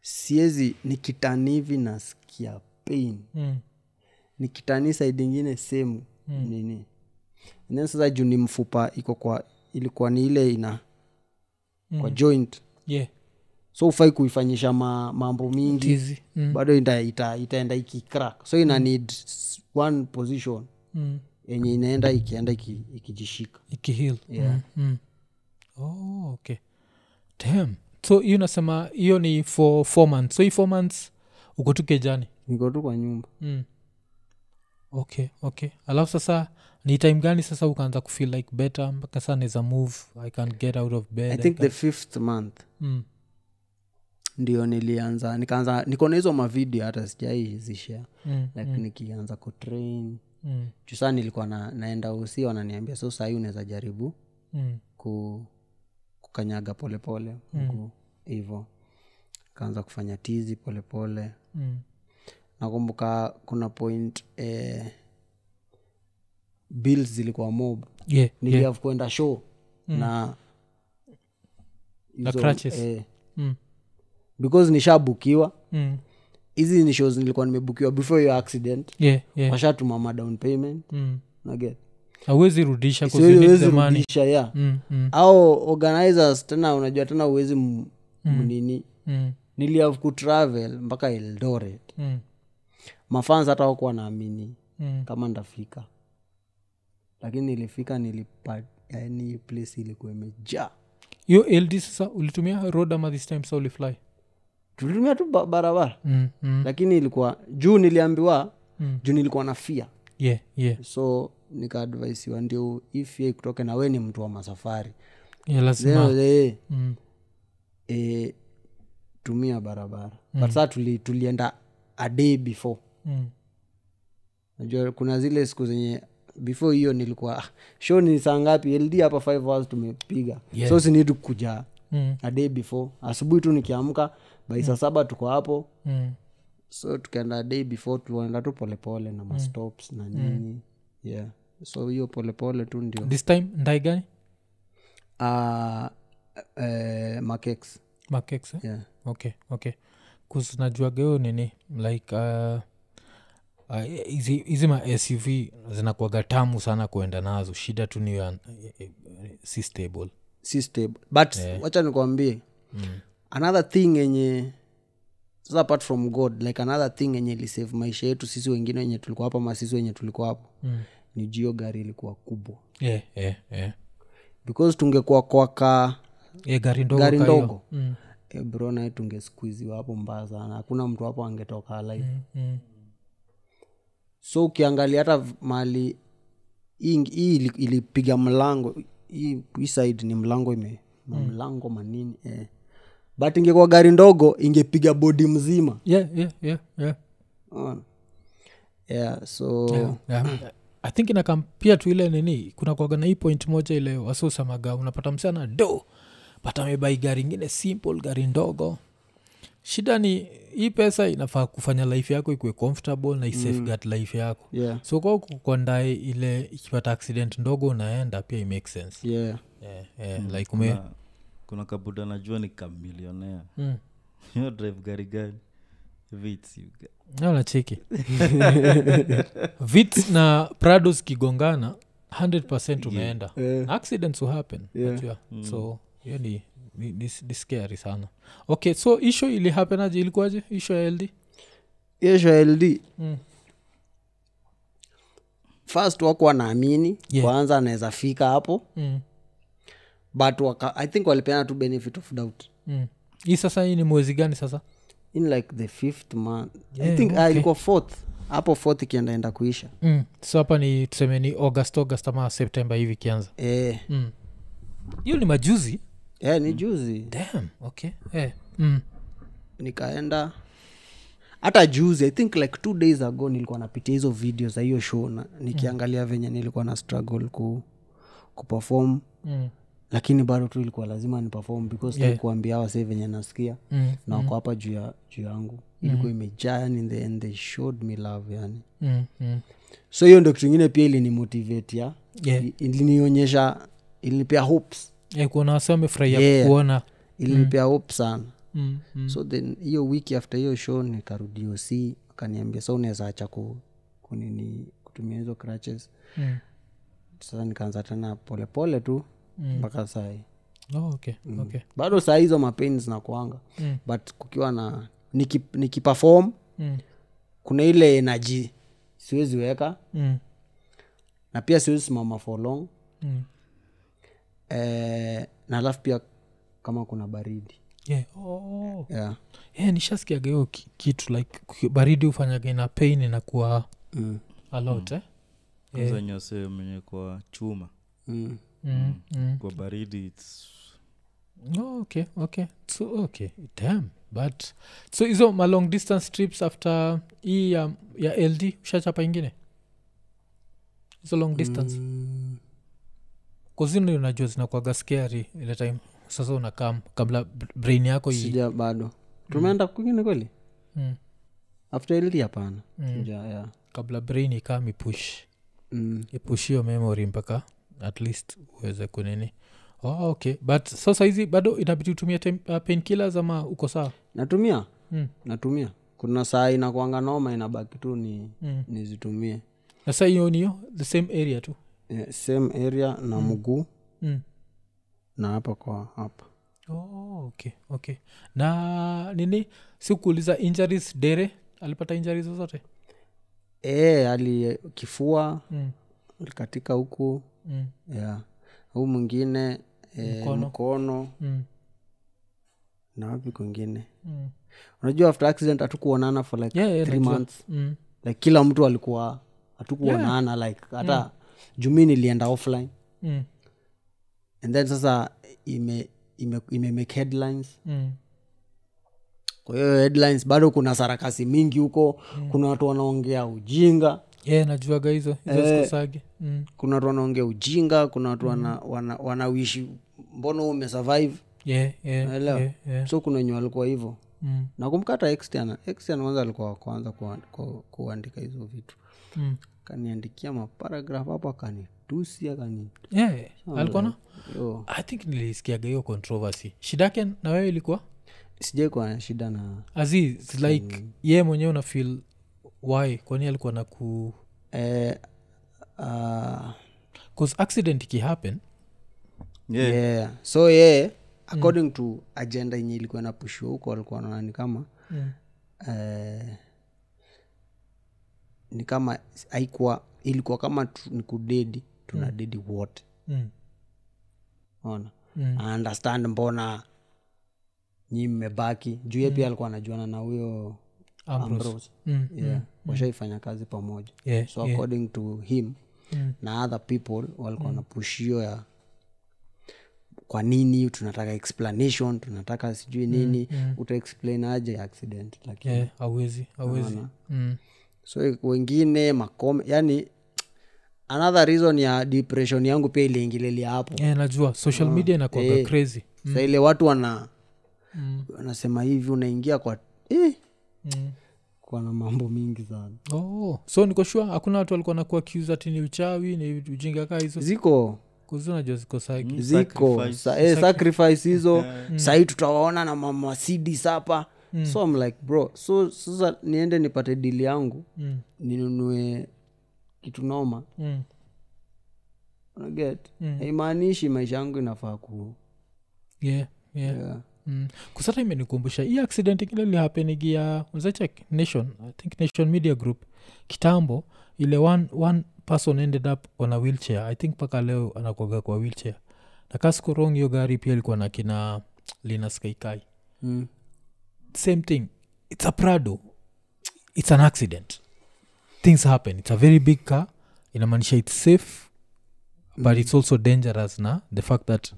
S3: siezi nikitani hivi nasikia pain
S1: Mm.
S3: nikitani saidi ingine sehemu mm. nini And then sasa juu ni mfupa iko kwa ilikuwa ni ile ina mm. kwa joint
S1: yeah
S3: so ufai kuifanyisha ma, mambo mingi
S1: tizi mm.
S3: bado ita, ita, itaenda ikicrack so ina need s- one position
S1: mm.
S3: yenye inaenda ikienda iki- ikijishika
S1: ikihil yeah. mm. mm. oh, okay Damn. so hiyo nasema hiyo ni for four months so hii four months uko tu kejani
S3: niko tu kwa nyumba
S1: mm. okay okay alafu sasa ni time gani sasa ukaanza kufeel like better mpaka saa naweza move i can get out of bed
S3: i
S1: I
S3: think
S1: can-
S3: the fifth month
S1: mm.
S3: ndio nilianza nikaanza niko na hizo mavideo hata sijaizishia
S1: Mm.
S3: like mm. nikianza kutrain
S1: Mm.
S3: juu saa nilikuwa na, naenda usi wananiambia so sahii unaweza jaribu
S1: Mm.
S3: ku kukanyaga polepole mguu hivo kaanza kufanya tizi polepole
S1: mm.
S3: nakumbuka kuna point eh, bills zilikuwa mob
S1: yeah, yeah. Mm.
S3: niliav kwenda show na hizo-
S1: crutches.
S3: eh,
S1: mm.
S3: because nishabukiwa
S1: Mm.
S3: hizi ni shows nilikuwa nimebukiwa before hiyo accident
S1: yeah, yeah.
S3: washatuma ma down payment
S1: Mm.
S3: naget
S1: awezi rudisha 'cause you need the
S3: siwezi
S1: money
S3: rudisha ya
S1: mm. Mm.
S3: au organizers tena unajua tena uwezi m- mnini
S1: Mm.
S3: niliav kutravel mpaka eldoret
S1: Mm.
S3: mafans hata wakuwa naamini
S1: Mm.
S3: kama ndafika lakini nilifika nilipa yani place ilikuwa imejaa
S1: hiyo ld sasa ulitumia road ama this time sa ulifly
S3: tulitumia tu ba- barabara
S1: mm. Mm.
S3: lakini ilikuwa juu niliambiwa
S1: Mm.
S3: juu nilikuwa na fia
S1: yeah, yeah.
S3: so nikaadvaisiwa ndio ifia ikutoke na we ni mtu wa masafari
S1: yeah, lazima
S3: Leo, eh,
S1: mm.
S3: eh, tumia barabara but saa tuli, tulienda a day before
S1: Mm.
S3: najua kuna zile siku zenye before hiyo nilikuwa "Ah, show ni saa ngapi ld hapa five hours tumepiga
S1: Yeah.
S3: so sinidi kuja
S1: Mm.
S3: a day before asubuhi tu nikiamka by saa saba tuko hapo
S1: Mm.
S3: so tukaenda a day before tulienda tu polepole na mastops na nini yeah so hiyo polepole tu ndio
S1: this time ndai gani
S3: uh, uh, makex
S1: makex eh?
S3: yeah.
S1: okay okay kuznajuageo nini like uh, uh, hizi hizi ma suv zinakuaga tamu sana kuenda nazo shida tu niyo ya- si stable
S3: si stable but wacha nikwambie
S1: mm.
S3: another thing yenye sasa apart from god like another thing yenye ilisave maisha yetu sisi wengine wenye tulikuwa hapo ama sisi wenye tulikuwa hapo
S1: Mm.
S3: ni jio gari ilikuwa kubwa
S1: yeah, yeah, yeah.
S3: because tungekuwa kwaka
S1: yeah, Eh, gari ndogo
S3: gari
S1: ka hiyo.
S3: ndogo.
S1: mm.
S3: e bro naye tungeskuiziwa hapo mbaya sana hakuna mtu hapo angetoka alive
S1: Mm, mm.
S3: so ukiangalia hata v- mahali hii hii ili- ilipiga mlango hii hii side ni mlango ime
S1: Mm.
S3: mlango manini eh. but ingekuwa gari ndogo ingepiga bodi mzima
S1: yeah, yeah, yeah, yeah.
S3: Unaona? yeah, so
S1: Yeah. Mm. i think inakampia tu ile nini kuna kuaga na hii point moja ile wasiosamaga unapata msichana do but amebai gari ingine simple gari ndogo shida ni hii pesa inafaa kufanya life yako ikue comfortable na isafeguard life yako
S3: yeah,
S1: so kwa kukondae ile ikipata accident ndogo unaenda pia imake sense
S3: yeah.
S1: yeah, yeah, like ume
S2: Na kuna kabuda najua ni kamilionea
S1: Mm.
S2: yo drive gari gani vitsi
S1: Na nacheki vit na prados kigongana 100 umeenda
S3: Eh,
S1: accidents will happen
S3: Yeah.
S1: yeah. so hiyo ni, ni, ni, ni scary sana okay so isho ili happen aje ilikuwaje isho ya ld
S3: yes, your ld
S1: Mm.
S3: first wako wanaamini
S1: Yeah.
S3: kwanza anaweza fika hapo
S1: mm.
S3: but waka, i think walipeana tu benefit of doubt
S1: Mm. hii sasa hii ni mwezi gani sasa
S3: in like the fifth month
S1: Yeah,
S3: i think
S1: okay.
S3: okay. ilikuwa fourth hapo fourth ikiendaenda kuisha
S1: mm. so hapa ni tuseme ni august august ama september hivi kianza
S3: eh,
S1: Mm. hiyo ni majuzi
S3: eh, ni juzi
S1: dam okay eh. mm.
S3: nikaenda hata juzi i think like two days ago nilikuwa napitia hizo video za hiyo show na nikiangalia venye nilikuwa na struggle ku kuperform
S1: Mm.
S3: lakini bado tu ilikuwa lazima ni perform because
S1: Yeah.
S3: yeah. kuambia wasee venye nasikia
S1: Mm.
S3: na wako hapa juu ya juu yangu ilikuwa imejaa yani and they, and they showed me love yani
S1: Mm. Mm.
S3: so hiyo ndo kitu ingine pia ilinimotivate ya
S1: Yeah.
S3: I- ilinionyesha ilinipea hopes
S1: Eh, kuona wasi wamefurahia
S3: Yeah.
S1: kuona
S3: ilinipea hope sana
S1: mm. Mm.
S3: so then hiyo wiki after hiyo show nikarudi oc akaniambia sa unaweza acha ku, kunini kutumia hizo crutches
S1: Mm.
S3: sasa nikaanza tena polepole tu mpaka mm. sahii
S1: Oh, okay. okay
S3: bado saa hizo mapain zinakuanga
S1: Mm.
S3: but kukiwa na niki- nikiperform niki
S1: mm.
S3: kuna ile energy siwezi weka
S1: Mm.
S3: na pia siwezi simama for long
S1: Mm.
S3: eh, na alafu pia kama kuna baridi
S1: Yeah. Oh.
S3: yeah.
S1: yeah, nishaskiaga hiyo ki- kitu like ku- baridi hufanyaga ina pain inakuwa
S3: mm.
S1: alot mm. eh?
S2: kwanza nyose mwenye kwa chuma
S3: Mm.
S1: mm. mm.
S2: kwa baridi it's
S1: oh, okay okay so okay dam but so hizo ma long distance trips after hii ya, ya ld ushachapa ingine hizo long distance mm. kazini unajua zinakwaga scary ile time sasa unakam kabla br- brain yako i
S3: sija bado tumeenda kwingine kweli
S1: mm,
S3: after hili hapana
S1: Mm.
S3: Tuja, yeah.
S1: kabla brain ikam ipush
S3: mm.
S1: ipush hiyo memory mpaka at least uweze kunini oh, okay but sasa hizi bado inabidi utumie uh, painkillers ama uko sawa
S3: natumia
S1: Mm.
S3: natumia kuna saa inakwanga noma inabaki tu ni
S1: Mm.
S3: nizitumie
S1: na saa hiyo niyo the same area tu
S3: yeah, same area na mguu
S1: mm.
S3: na hapa kwa hapa
S1: oh, okay okay na nini sikuuliza injuries dere alipata injuries zozote
S3: e, ali kifua
S1: mm.
S3: katika huku
S1: mm.
S3: yeah. huu mwingine e,
S1: Mkono.
S3: mkono. mkono
S1: mm.
S3: na wapi kwingine
S1: mm.
S3: unajua after accident hatukuonana for like
S1: yeah, yeah,
S3: three
S1: najua.
S3: months
S1: mm.
S3: like kila mtu alikuwa hatukuonana like hata mm. jumi nilienda offline
S1: Mm.
S3: and then sasa ime ime, ime make headlines
S1: Mm.
S3: kwa hiyo headlines bado kuna sarakasi mingi huko mm. kuna watu wanaongea ujinga
S1: yeah, najuaga hizo hizo
S3: Eh.
S1: sikosagi mm.
S3: kuna watu wanaongea ujinga kuna watu wana, wana, wanawishi mbona umesurvive
S1: yeah, yeah,
S3: Naelewa.
S1: yeah, yeah.
S3: so kuna wenye walikuwa hivyo
S1: Mm.
S3: nakumkata extern extern kwanza alikuwa wa kwanza kuan- ku- kuandika hizo vitu
S1: Mm.
S3: kaniandikia maparagraf hapo akanitusi akani
S1: Yeah, yeah. alikuwa na
S3: yo,
S1: i think nilisikiaga hiyo controversy shida yake na wewe ilikuwa
S3: sijai kuwa na shida na
S1: aziz like ye mwenyewe una feel why kwani alikuwa na ku
S3: eh, ah,
S1: cause accident ikihappen
S2: Yeah.
S3: yeah. so yeye according to agenda yenye ilikuwa inapushua huko alikuwa naona ni kama
S1: mm.
S3: eh, ni kama haikuwa ilikuwa kama tu, ni kudedi tuna dedi wote
S1: Mm.
S3: ona
S1: Mm.
S3: I understand mbona nyi mmebaki juu ye pia alikuwa anajuana na huyo
S1: Mm. Ambrose.
S3: Ambrose.
S1: Mm.
S3: yeah. washaifanya kazi pamoja
S1: Yeah,
S3: so according to him
S1: Mm.
S3: na other people walikuwa mm. na pushio ya kwa nini tunataka explanation tunataka sijui nini mm. utaexplain aje accident lakini
S1: yeah, awezi awezi mm.
S3: so wengine makome yani another reason ya depression yangu pia iliingililia hapo
S1: yeah, najua social media inakuaga crazy
S3: sa ile watu wana
S1: Mm.
S3: wanasema hivi unaingia kwa eh,
S1: mm.
S3: kwa na mambo mingi sana
S1: oh. so niko sure hakuna watu walikuwa nakuwa accuse ati ni uchawi ni ujinga kaa hizo
S3: ziko
S1: kuzi najua ziko saki
S3: ziko sa, eh, sacrifice hizo
S1: Mm.
S3: sahii tutawaona na mama sidis hapa so I'm like bro so sasa niende nipate dili yangu
S1: mm.
S3: ninunue kitu noma
S1: Mm.
S3: unaget haimaanishi maisha yangu inafaa ku
S1: yeah, yeah.
S3: yeah.
S1: Mm. kusata imenikumbusha hii accident ingine lihapenigia unzachek nation i think nation media group kitambo ile one, one person ended up on a wheelchair i think mpaka leo anakwaga kwa wheelchair na kaskorong hiyo gari pia ilikuwa na kina lina skaikai
S3: mm.
S1: same thing it's a prado it's an accident things happen it's a very big car inamaanisha it's safe but it's also dangerous na the fact that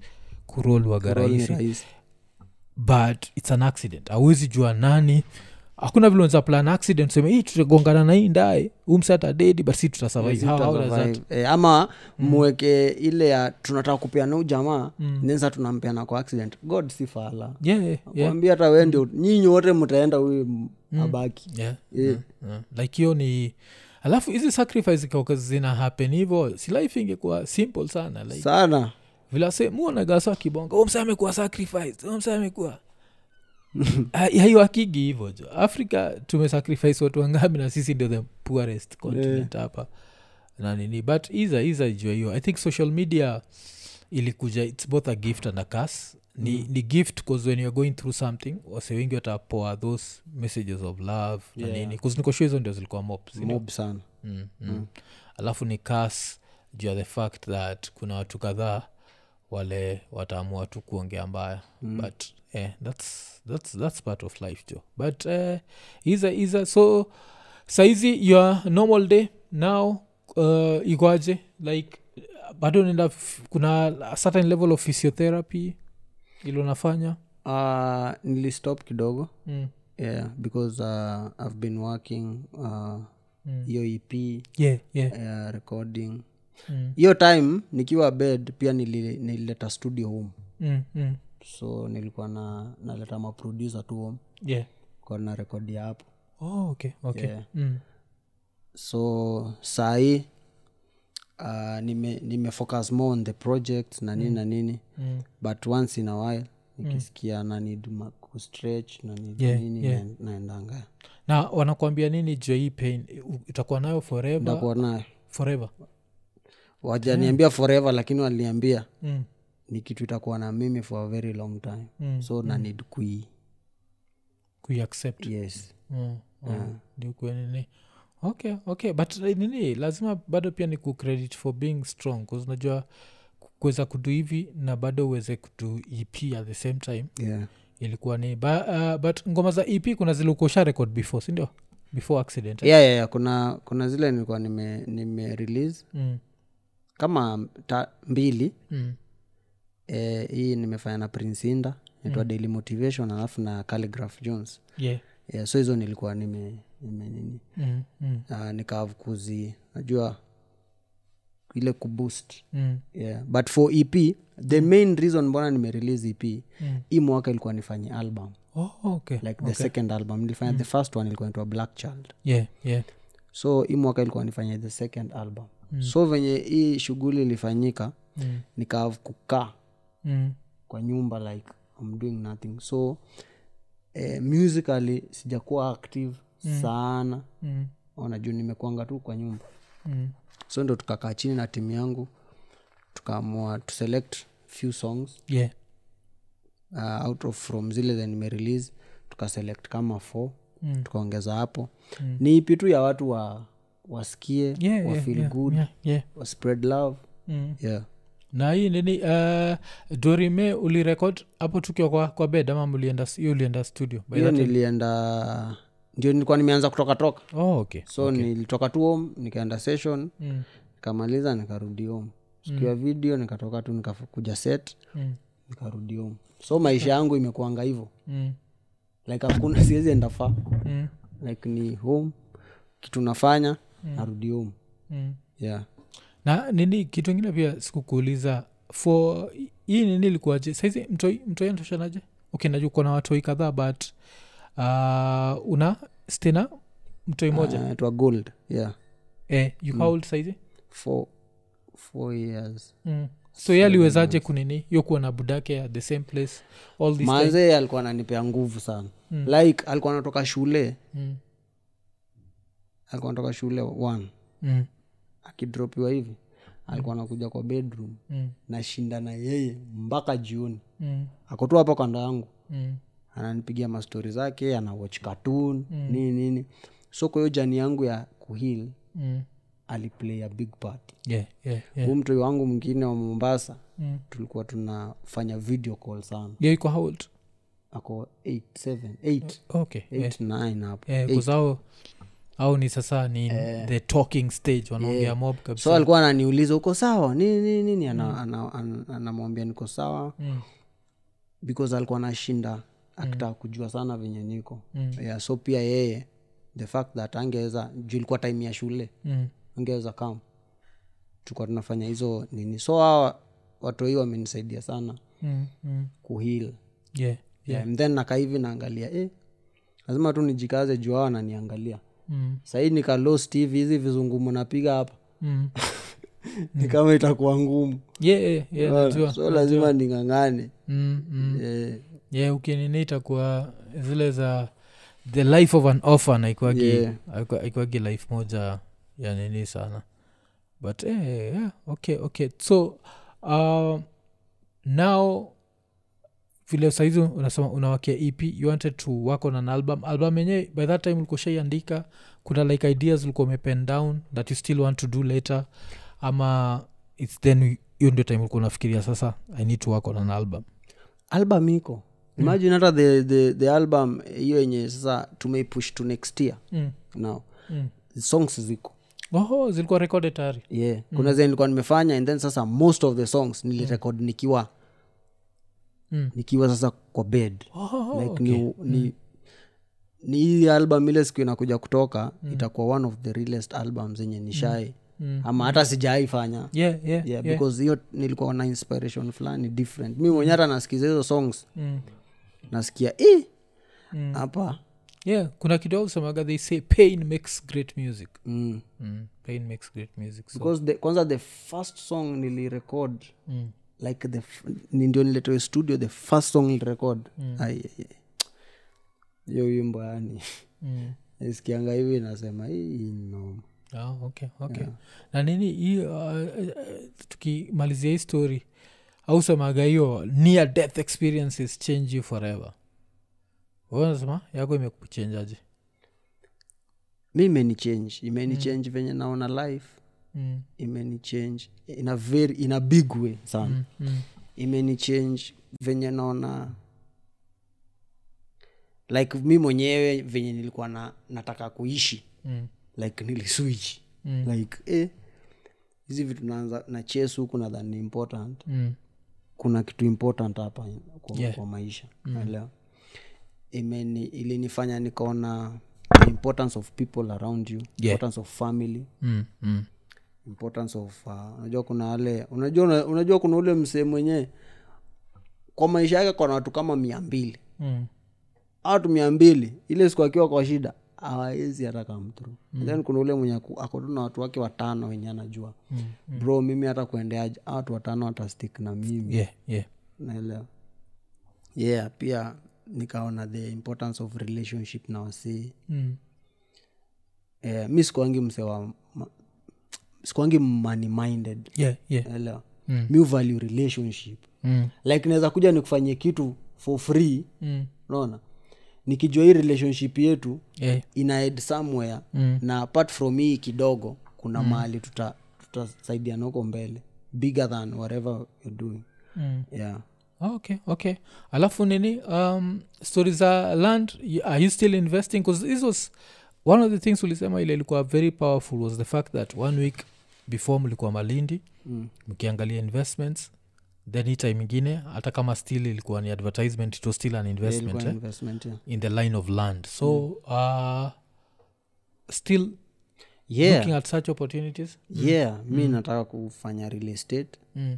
S1: kurol waga
S3: Roll ni
S1: rahisi
S3: rahisi.
S1: but it's an accident awezi jua nani hakuna vile unaweza plan accident sema hii tutagongana na hii ndae umsata dedi but si tutasurvive How- how does that- Mm.
S3: Survive. Eh, ama mweke ile ya tunataka kupeana huu jamaa nsa tunampeana kwa accident god si fala
S1: Yeah, yeah, yeah. Mm.
S3: kwambia hata we ndio nyinyi wote mtaenda huyu m- abaki
S1: Yeah, yeah, yeah. like hiyo ni alafu hizi sacrifice kwa- kwa zina happen hivo si life ingekuwa simple sana like
S3: sana
S1: vilase muonagasa kibonga umsa amekuwa sacrifice umsa amekuwa Ha- haiwakigi hivo jo afrika tumesacrifice watu wangami na sisi ndio the poorest continent hapa na nini but iza iza jua hiyo i think social media ilikuja its both a gift and a curse ni, mm. ni gift bcause when youare going through something wase wengi watapoa those messages of love yeah. na nini bcause nikoshu hizo ndio zilikuwa mop si
S3: mob sana
S1: mm, mm. alafu ni kas juu ya the fact that kuna watu kadhaa wale wataamua tu kuongea mbaya mm. but eh, that's, that's, that's part of life jo but eh, iza iza so saizi your normal day now uh, ikwaje like bado nenda kuna a certain level of physiotherapy ilo nafanya
S3: uh, nilistop kidogo
S1: mm.
S3: yeah, because uh, i've been working hiyo uh, mm. ep
S1: yeah, yeah.
S3: uh, recording
S1: Mm.
S3: hiyo time nikiwa bed pia nili, nilileta studio home
S1: Mm, mm.
S3: so nilikuwa na naleta maproducer tu home
S1: yeah.
S3: kwa na rekodi hapo
S1: oh, okay, okay.
S3: Yeah.
S1: Mm.
S3: so sahii uh, nime, nime focus more on the project na nini na nini
S1: Mm.
S3: but once in a while nikisikia mm. nanid ma- kustretch na need
S1: Yeah,
S3: nini
S1: yeah.
S3: na- naendanga
S1: na wanakuambia nini juu ya hii pain U- utakuwa nayo forever
S3: ndakuwa nayo
S1: Eh. forever
S3: wajaniambia forever lakini waliniambia
S1: mm.
S3: ni kitu itakuwa na mimi for a very long time
S1: Mm,
S3: so na need kui
S1: kuiaccept
S3: yes
S1: Mm, mm. Ndio ukuwe nini okay okay but eh, nini lazima bado pia ni kucredit for being strong 'cause unajua ku- kuweza kudu hivi na bado uweze kudu ep at the same time
S3: yeah.
S1: ilikuwa ni ba, uh, but ngoma za ep kuna zile ukosha record before sindio before accident eh?
S3: Yeah, yeah, yeah. kuna kuna zile nilikuwa nime, nime release
S1: mm,
S3: kama ta, mbili
S1: mm,
S3: eh, hii nimefanya na prince inda naitwa mm. daily motivation alafu na calligraph jones
S1: yeah.
S3: yeah, so hizo nilikuwa nime, nime nini
S1: mm, mm,
S3: uh, nikav kuzi najua ile kuboost
S1: mm,
S3: yeah. but for ep the main reason mbona nimerelease ep
S1: mm.
S3: hii mwaka ilikuwa nifanye album
S1: Oh, okay Mm.
S3: like the second album nilifanya the first one ilikuwa naitwa black child
S1: yeah yeah
S3: so hii mwaka ilikuwa nifanye the second album so venye hii shughuli ilifanyika
S1: mm,
S3: nikav kukaa
S1: mm,
S3: kwa nyumba like I'm doing nothing so eh, musically sijakuwa active mm. sana
S1: mm,
S3: ona juu nimekwanga tu kwa nyumba
S1: mm,
S3: so ndo tukakaa chini na timu yangu tukaamua tuselect few songs
S1: yeah
S3: uh, out of from zile the nimerelease tukaselect kama four
S1: Mm.
S3: tukaongeza hapo mm. ni ipi tu ya watu wa wasikie
S1: yeah,
S3: wa
S1: yeah,
S3: feel
S1: yeah,
S3: good
S1: yeah, yeah.
S3: wa spread love
S1: Mm.
S3: yeah
S1: na hii nini uh, dorime ulirekod hapo tukiwa kwa, kwa bed ama mlienda hiyo ulienda studio by
S3: hiyo
S1: that time?
S3: nilienda ndio nilikuwa nimeanza kutoka toka
S1: oh, okay
S3: so okay. nilitoka tu home nikaenda session
S1: mm,
S3: nikamaliza nikarudi home sikiwa mm. video nikatoka tu nikakuja set
S1: mm,
S3: nikarudi home so maisha yangu imekuanga hivyo
S1: mm,
S3: like hakuna siwezi enda faa
S1: mm,
S3: like ni home kitu nafanya narudi home
S1: mm.
S3: yeah
S1: na nini kitu ingine pia sikukuuliza for hii nini ilikuwaje saizi mtoi mtoi anatoshanaje okay najua uko na watoi kadhaa but uh, una stena mtoi moja
S3: Ah, Mm. naitwa gold yeah
S1: eh, you how old saizi
S3: four, four years
S1: mm. so ye aliwezaje kunini hiyo kuwa na budake at the same place all this time? Hmm.
S3: manzee alikuwa ananipea nguvu sana mm. like alikuwa anatoka shule
S1: Mm.
S3: alikuwa anatoka shule one
S1: Mm.
S3: akidropiwa hivi alikuwa anakuja kwa bedroom
S1: Mm.
S3: nashinda na yeye mpaka jioni
S1: Mm.
S3: akotu hapa kando yangu
S1: Mm.
S3: ananipigia mastori zake ana watch cartoon
S1: Hmm.
S3: mm. nini nini so kwa hiyo jani yangu ya kuhil
S1: Mm.
S3: aliplay a big part
S1: yeah, yeah, yeah.
S3: huu mtoi wangu mwingine wa mombasa
S1: Mm.
S3: tulikuwa tunafanya video call sana
S1: Yeah, iko how old?
S3: ako 8
S1: okay yeah.
S3: 9 hapo
S1: Yeah, 'cause hao au ni sasa ni the talking stage wanaongea mob kabisa
S3: so alikuwa ananiuliza uko sawa nini nini nini anamwambia ana, ana, anamwambia niko sawa
S1: Mm.
S3: because alikuwa anashinda akta kujua sana venye niko
S1: Mm.
S3: yeah, so pia yeye the fact that angeweza juu ilikuwa time ya shule
S1: mm.
S3: angeweza kam tulikuwa tunafanya hizo nini so hawa watoi wamenisaidia sana
S1: Mm. Mm.
S3: kuhil
S1: Yeah.
S3: yeah. and then nakaa hivi naangalia eh, lazima tu nijikaze juu hawa ananiangalia
S1: Mm.
S3: sahii nikalost hivi hizi vizungumu napiga hapa
S1: Mm.
S3: ni kama itakuwa ngumu
S1: Yeah, yeah, Mm. yeah, najua.
S3: so lazima ning'ang'ane
S1: Mm, mm.
S3: Eh,
S1: yeah ukinini itakuwa zile za the life of an offer
S3: Yeah.
S1: aikwagi life moja ya nini sana but eh, yeah, okay okay so um, now vile saizi unasema unawakia ep E you wanted to work on an album album yenyewe by that time ulikushaiandika kuna like ideas ulikuwa umepen down that you still want to do later ama its then hiyo ndio time ulikuwa unafikiria sasa i need to work on an album
S3: album iko Mm. imagine hata the, the, the album hiyo yenye sasa tumeipush to next year
S1: mm.
S3: now
S1: Mm.
S3: songs ziko
S1: oho zilikuwa recorded tayari
S3: yeah
S1: Mm.
S3: kuna zile nilikuwa nimefanya and then sasa most of the songs nilirekod nikiwa
S1: Mm.
S3: nikiwa sasa kwa bed
S1: oh,
S3: like
S1: okay.
S3: ni, ni,
S1: Mm.
S3: ni hii album ile siku inakuja kutoka itakuwa one of the realest album zenye nishai mm. ama hata sijaifanya
S1: yeah, yeah,
S3: yeah, because hiyo nilikuwa na inspiration fulani different mi mwenyewe hata nasikiza hizo songs
S1: Mm.
S3: nasikia "Eh, hapa
S1: yeah kuna kitu ausemaga they say pain makes great music
S3: mm.
S1: mm. pain makes great music so.
S3: because the, kwanza the first song nilirecord
S1: mm.
S3: like the f- ni- ndio niletewe studio the first song nilirecord mm. yo wimbo yani
S1: Mm.
S3: nisikianga hivi nasema "Hii no
S1: Ah, okay, okay. na nini hii uh, uh, tukimalizia hii story ausemaga hiyo near death experiences change you forever Wewe unasema yako imekuchenjaje
S3: mi imenichange imenichange venye naona life
S1: mm.
S3: imenichange in a very in a big way sana
S1: mm, mm,
S3: imenichange venye naona like mi mwenyewe venye nilikuwa na, nataka kuishi
S1: mm,
S3: like niliswitch
S1: Mm.
S3: like eh, hizi vitu naanza na ches huku nadhani ni important
S1: mm,
S3: kuna kitu important hapa kwa,
S1: Yeah.
S3: yeah. Mm. kwa maisha naelewa imeni ilinifanya nikaona the importance of people around you
S1: Yeah.
S3: importance of family
S1: mm, mm.
S3: importance of uh, unajua kuna wale unajua una- unajua kuna ule msee mwenyewe kwa maisha yake kona watu kama mia mbili
S1: mm.
S3: Hao watu mia mbili ile siku akiwa kwa shida hawawezi hata kamtru mm. then kuna ule mwenye aku- ako tu na watu wake watano wenye anajua mm. bro mimi hata kuendeaje Hao watu watano watastik na mimi
S1: yeah, yeah.
S3: naelewa yeah pia nikaona the importance of relationship na wasee
S1: Mm.
S3: eh, mi sikuangi msewa sikuangi money minded
S1: yeah, yeah.
S3: naelewa
S1: Mm.
S3: mi value relationship
S1: Mm.
S3: like naweza kuja nikufanyie kitu for free
S1: Mm.
S3: unaona nikijua hii relationship yetu
S1: yeah.
S3: ina head somewhere
S1: Mm.
S3: na apart from hii kidogo kuna mm. mahali tuta- tutasaidiana huko mbele bigger than whatever you're doing
S1: Mm.
S3: yeah
S1: Ah, okay okay alafu nini um, story za land y- are you still investing bcause this was one of the things ulisema ile ilikuwa very powerful was the fact that one week before mlikuwa malindi
S3: Mm.
S1: mkiangalia investments then hii time ingine hata kama still ilikuwa ni advertisement it was still an
S3: Yeah,
S1: investment
S3: ilikuwa Mm.
S1: eh?
S3: investment, yeah.
S1: in the line of land so uh, still
S3: Yeah,
S1: looking at such opportunities
S3: yeah mi nataka kufanya real estate
S1: mm.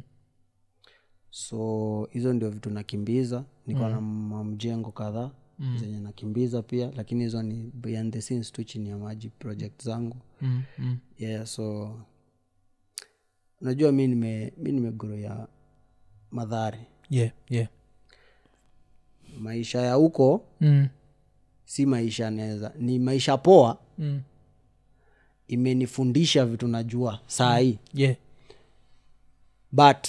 S3: so hizo ndio vitu nakimbiza niko na ma- mjengo kadhaa mm. zenye nakimbiza pia lakini hizo ni behind the scenes tu chini ya maji project zangu
S1: Mm. Mm.
S3: yeah so unajua mi nime mi nimegroya madhari
S1: yeah yeah
S3: maisha ya huko
S1: mm.
S3: si maisha naweza ni maisha poa
S1: Mm.
S3: imenifundisha vitu najua saa hii
S1: yeah
S3: but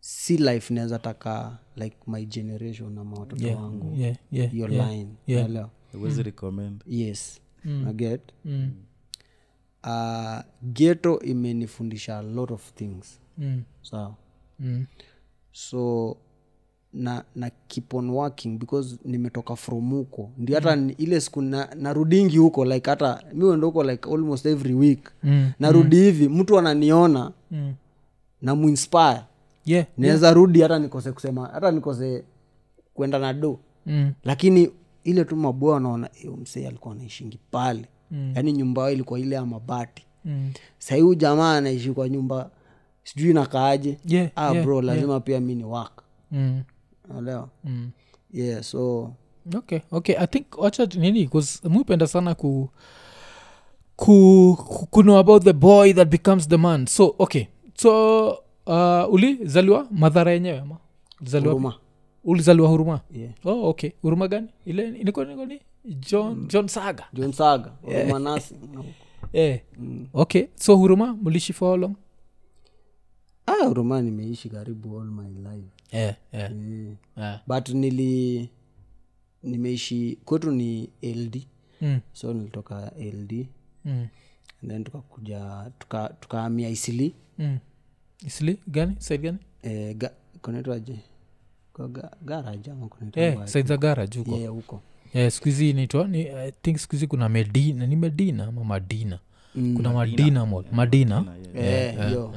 S3: si life naweza taka like my generation ama watoto
S1: yeah
S3: wangu
S1: yeah yeah
S3: hiyo
S1: yeah.
S3: line
S1: yeah.
S3: Unaelewa?
S1: Hmm.
S2: iwezi recommend
S3: yes
S1: Mm.
S3: naget
S1: Mm.
S3: uh, geto imenifundisha a lot of things
S1: Mm.
S3: sawa
S1: Mm.
S3: so na na keep on working because nimetoka from huko ndio hata
S1: Mm.
S3: ni- ile siku na, narudingi huko like hata mi uenda huko like almost every week
S1: Mm.
S3: narudi hivi mtu ananiona
S1: Mm.
S3: na muinspire
S1: yeah
S3: naweza rudi hata nikose kusema hata nikose kwenda na do
S1: mm.
S3: lakini ile tu mabua wanaona "Eyo, msee alikuwa anaishingi pale mm. yaani nyumba yao ilikuwa ile ya mabati
S1: Mm.
S3: sahii huyu jamaa anaishi kwa nyumba sijui nakaaje
S1: yeah
S3: ah, bro lazima pia mi ni wak
S1: mm.
S3: naelewa
S1: Mm.
S3: yeah so
S1: okay okay i think wacha nini bcause mupenda sana ku ku ku- kuno about the boy that becomes the man so okay so uh, ulizaliwa madhara yenyewe ama ulizaliwa
S3: huruma
S1: ulizaliwa huruma
S3: yeah.
S1: oh okay huruma gani ile ilikuwa ilikuwa ni
S3: Mm.
S1: john john saga
S3: john saga huruma nasi No.
S1: eh okay so huruma mlishi for how long
S3: ah, huruma nimeishi karibu all my life
S1: eh, eh,
S3: Mm.
S1: eh.
S3: but nili nimeishi kwetu ni ld
S1: Mm,
S3: so nilitoka ld
S1: mm,
S3: and then tukakuja tuka- tukahamia isili
S1: mm. isli gani said gani
S3: eh, ga, kunaitwaje Kwa ga- garage ama kunaitwa
S1: eh,
S3: wapi?
S1: said za garage huko
S3: Yeah, huko
S1: eh, skuhizi inaitwa ni i think skuhizi kuna medina ni medina ama madina
S3: Mm.
S1: kuna madina mall madina
S2: yeah.
S1: Mm.
S3: Eh, hiyo.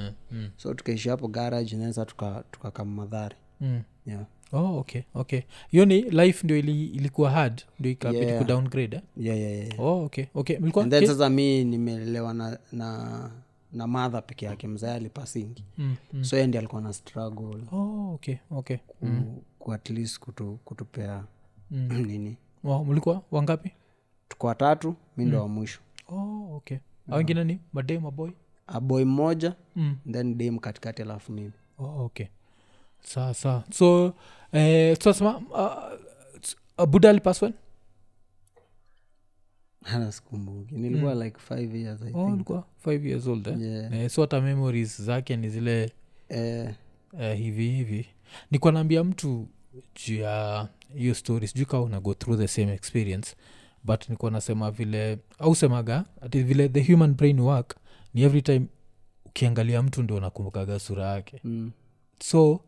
S3: so tukaishi hapo garage naweza tukakama tuka tukakaa madhari
S1: Mm.
S3: yeah.
S1: oh okay okay hiyo ni life ndio ili, ilikuwa hard ndio ikabidi
S3: Yeah.
S1: kudowngrade eh?
S3: yeah, yeah, yeah.
S1: oh okay okay mlikuwa
S3: And then
S1: ki-
S3: sasa mi nimeelewa na, na na madha peke yake mzae alipasingi
S1: mm, mm.
S3: so yeye ndiye alikuwa na struggle
S1: oh okay okay
S3: ku,
S1: Mm.
S3: ku at least kutu, kutupea nini
S1: Wa- mlikuwa wangapi
S3: tuko watatu mi
S1: Mm.
S3: ndo wa mwisho
S1: oh okay Hao wengine ni madei maboy
S3: aboy mmoja
S1: Mm.
S3: then dem katikati alafu mimi
S1: oh, okay saa saa so eh, tunasema uh, uh, buda alipaswen
S3: Hana sikumbuki nilikuwa like five years I
S1: Hmm. oh,
S3: think.
S1: alikuwa five years old eh?
S3: Yeah.
S1: eh, so hata memories zake ni zile
S3: Eh,
S1: eh, hivi hivi nikuwa naambia mtu juu ya hiyo story sijui kaa una go through the same experience but nikuwa nasema vile au semaga ati vile the human brain work ni every time ukiangalia mtu ndio unakumbukaga sura yake
S3: mm,
S1: so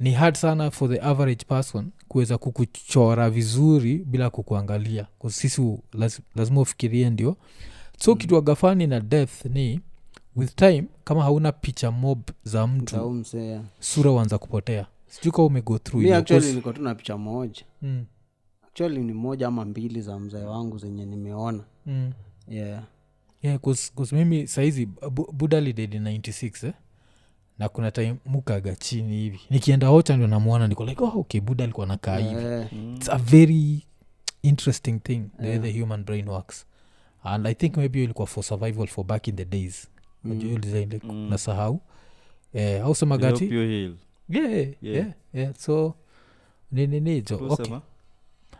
S1: ni hard sana for the average person kuweza kukuchora vizuri bila kukuangalia 'Cause sisi u- laz, lazima ufikirie ndio so mm. kitu agafani na death ni with time kama hauna picha mob za mtu
S3: msahau msee, yeah.
S1: sura wanza kupotea sijui kaa umego through
S3: mi
S1: hiyo,
S3: actually
S1: because-
S3: nilikuwa tu na picha moja
S1: Mm,
S3: actually ni moja ama mbili za mzee wangu zenye nimeona
S1: mm.
S3: yeah.
S1: Yeah, 'cause- 'cause mimi saizi Bu- buda lidedi 96 eh? na kuna time mukaga chini hivi nikienda ocha ndio namwona niko like oh, okay buda alikuwa nakaa hivi
S3: Eh,
S1: it's a very interesting thing the way the human brain works and i think maybe ilikuwa for survival for back in the days
S2: Mm.
S1: nasahau eh, au sema gati
S2: Ilopio Hmm. Hill.
S1: yeah, yeah, yeah. yeah. so nininijo
S2: Ulikuwa
S1: okay.
S2: usema?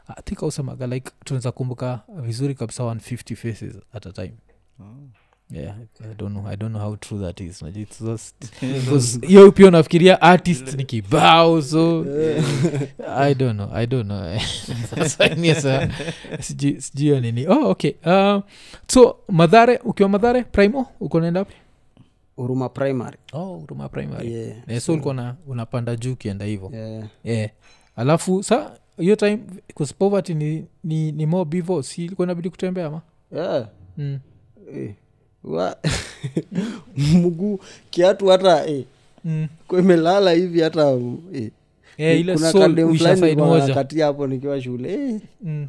S1: Ah, I think ausemaga like tunaweza kumbuka vizuri kabisa 150 faces at a time
S2: Oh.
S1: yeah i don't know i don't know how true that is Unajua, it's just because hiyo pia unafikiria artist ni kibao so i don't know i don't know Sasa ni sasa, sijui sijui ya nini oh okay um, so madhare ukiwa madhare primo uko naenda wapi
S3: huruma primary
S1: oh huruma primary yeah.
S3: yeah.
S1: Eh, so ulikuwa na- unapanda juu ukienda hivo
S3: Yeah.
S1: yeah. alafu sa hiyo time 'cause poverty ni, ni, ni more bivo si ilikuwa inabidi kutembea ma
S3: Yeah.
S1: mm.
S3: Eh, wa- mguu kiatu hata eh,
S1: Mm.
S3: kwa imelala hivi hata u- eh.
S1: Eh, ile
S3: Kuna
S1: soul
S3: kadem
S1: uisha
S3: fulani
S1: side
S3: nilikuwa
S1: moja.
S3: nakatia hapo nikiwa shule eh,
S1: Mm.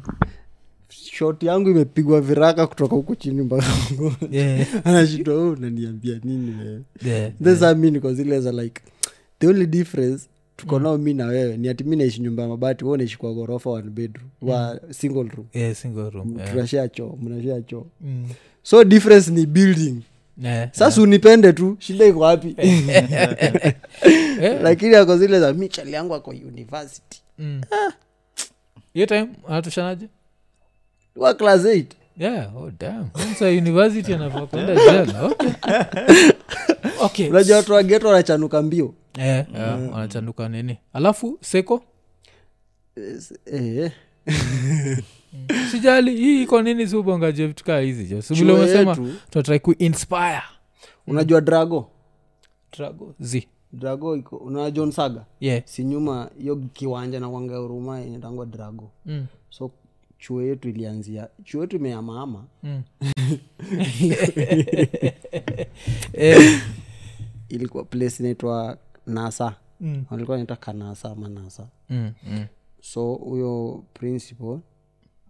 S3: shoti yangu imepigwa viraka kutoka huku chini mpaka huku.
S1: Yeah.
S3: anashindwa "Oh, unaniambia nini wewe
S1: Yeah.
S3: thesa mi niko zile za like the only difference
S1: Mm.
S3: tuko nao mi na wewe ni ati mi naishi nyumba ya mabati we unaishi kwa ghorofa one bedroom wa single room
S1: Yeah, single room Mm. yeah.
S3: tunashea choo mnashea choo
S1: Mm.
S3: so difference ni building
S1: Yeah.
S3: sasa unipende tu shida iko wapi
S1: Eh,
S3: lakini ako zile za mi chali yangu ako university
S1: mm. hiyo time anatoshanaje
S3: wa class 8
S1: yeah oh damn Once a university anafaa kwenda jail okay okay
S3: unajua Mm. watu wageto wanachanuka mbio
S1: eh yeah, wanachanuka nini alafu seko Mm.
S3: Eh,
S1: sijali hii iko nini si ubongaji vitu kaa hizi jo si vile
S3: Chuo
S1: umesema
S3: yetu.
S1: tunatrai kuinspire
S3: unajua drago
S1: trago z
S3: drago iko unajua john saga
S1: yeah
S3: si nyuma hiyo kiwanja na kwanga huruma inatangwa drago
S1: mm.
S3: so chuo yetu ilianzia chuo yetu imeamaama
S1: Mm. eh,
S3: ilikuwa place inaitwa nasa
S1: mm,
S3: walikuwa naita kanasa ama nasa
S1: mm, mm.
S3: so huyo principal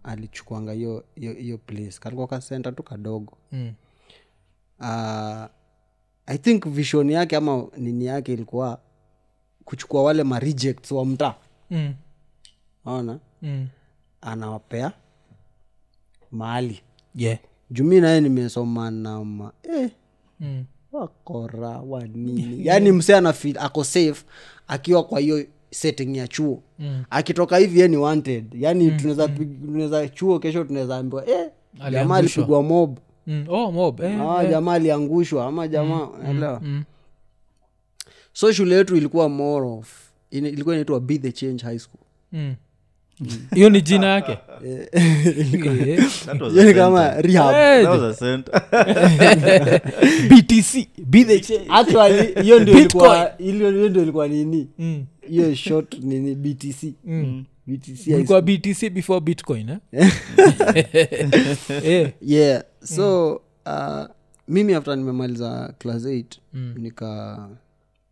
S3: alichukuanga hiyo hiyo hiyo place kalikuwa kasenta tu kadogo
S1: Mm.
S3: uh, i think vision yake ama nini yake ilikuwa kuchukua wale ma rejects wa mtaa
S1: Mm.
S3: naona
S1: Mm.
S3: anawapea mahali
S1: yeah
S3: jumi naye nimesoma nama eh,
S1: mm.
S3: wakora wanini yaani msee anafil ako safe akiwa kwa hiyo setting ya chuo
S1: Mm.
S3: akitoka hivi ye ni wanted yaani tunaweza pig- tunaweza chuo kesho tunaweza ambiwa eh, jamaa alipigwa mob
S1: Mm. oh mob eh.
S3: ama jamaa aliangushwa ama jamaa elewa
S1: mm.
S3: so shule yetu ilikuwa more of in- ilikuwa inaitwa be the change high school
S1: Mm. hiyo ni jina yake Eh,
S2: That was a Yaani center.
S3: yani Yaani kama rehab
S1: eh,
S2: That was a center.
S1: btc be the change.
S3: actually hiyo ndio
S1: Bitcoin.
S3: ilikuwa hiyo hiyo ndio ilikuwa nini
S1: Mm.
S3: hiyo short nini btc btc high
S1: Ilikuwa btc before bitcoin eh? eh.
S3: yeah so
S1: Mm.
S3: uh, mimi after nimemaliza class 8
S1: Mm.
S3: nika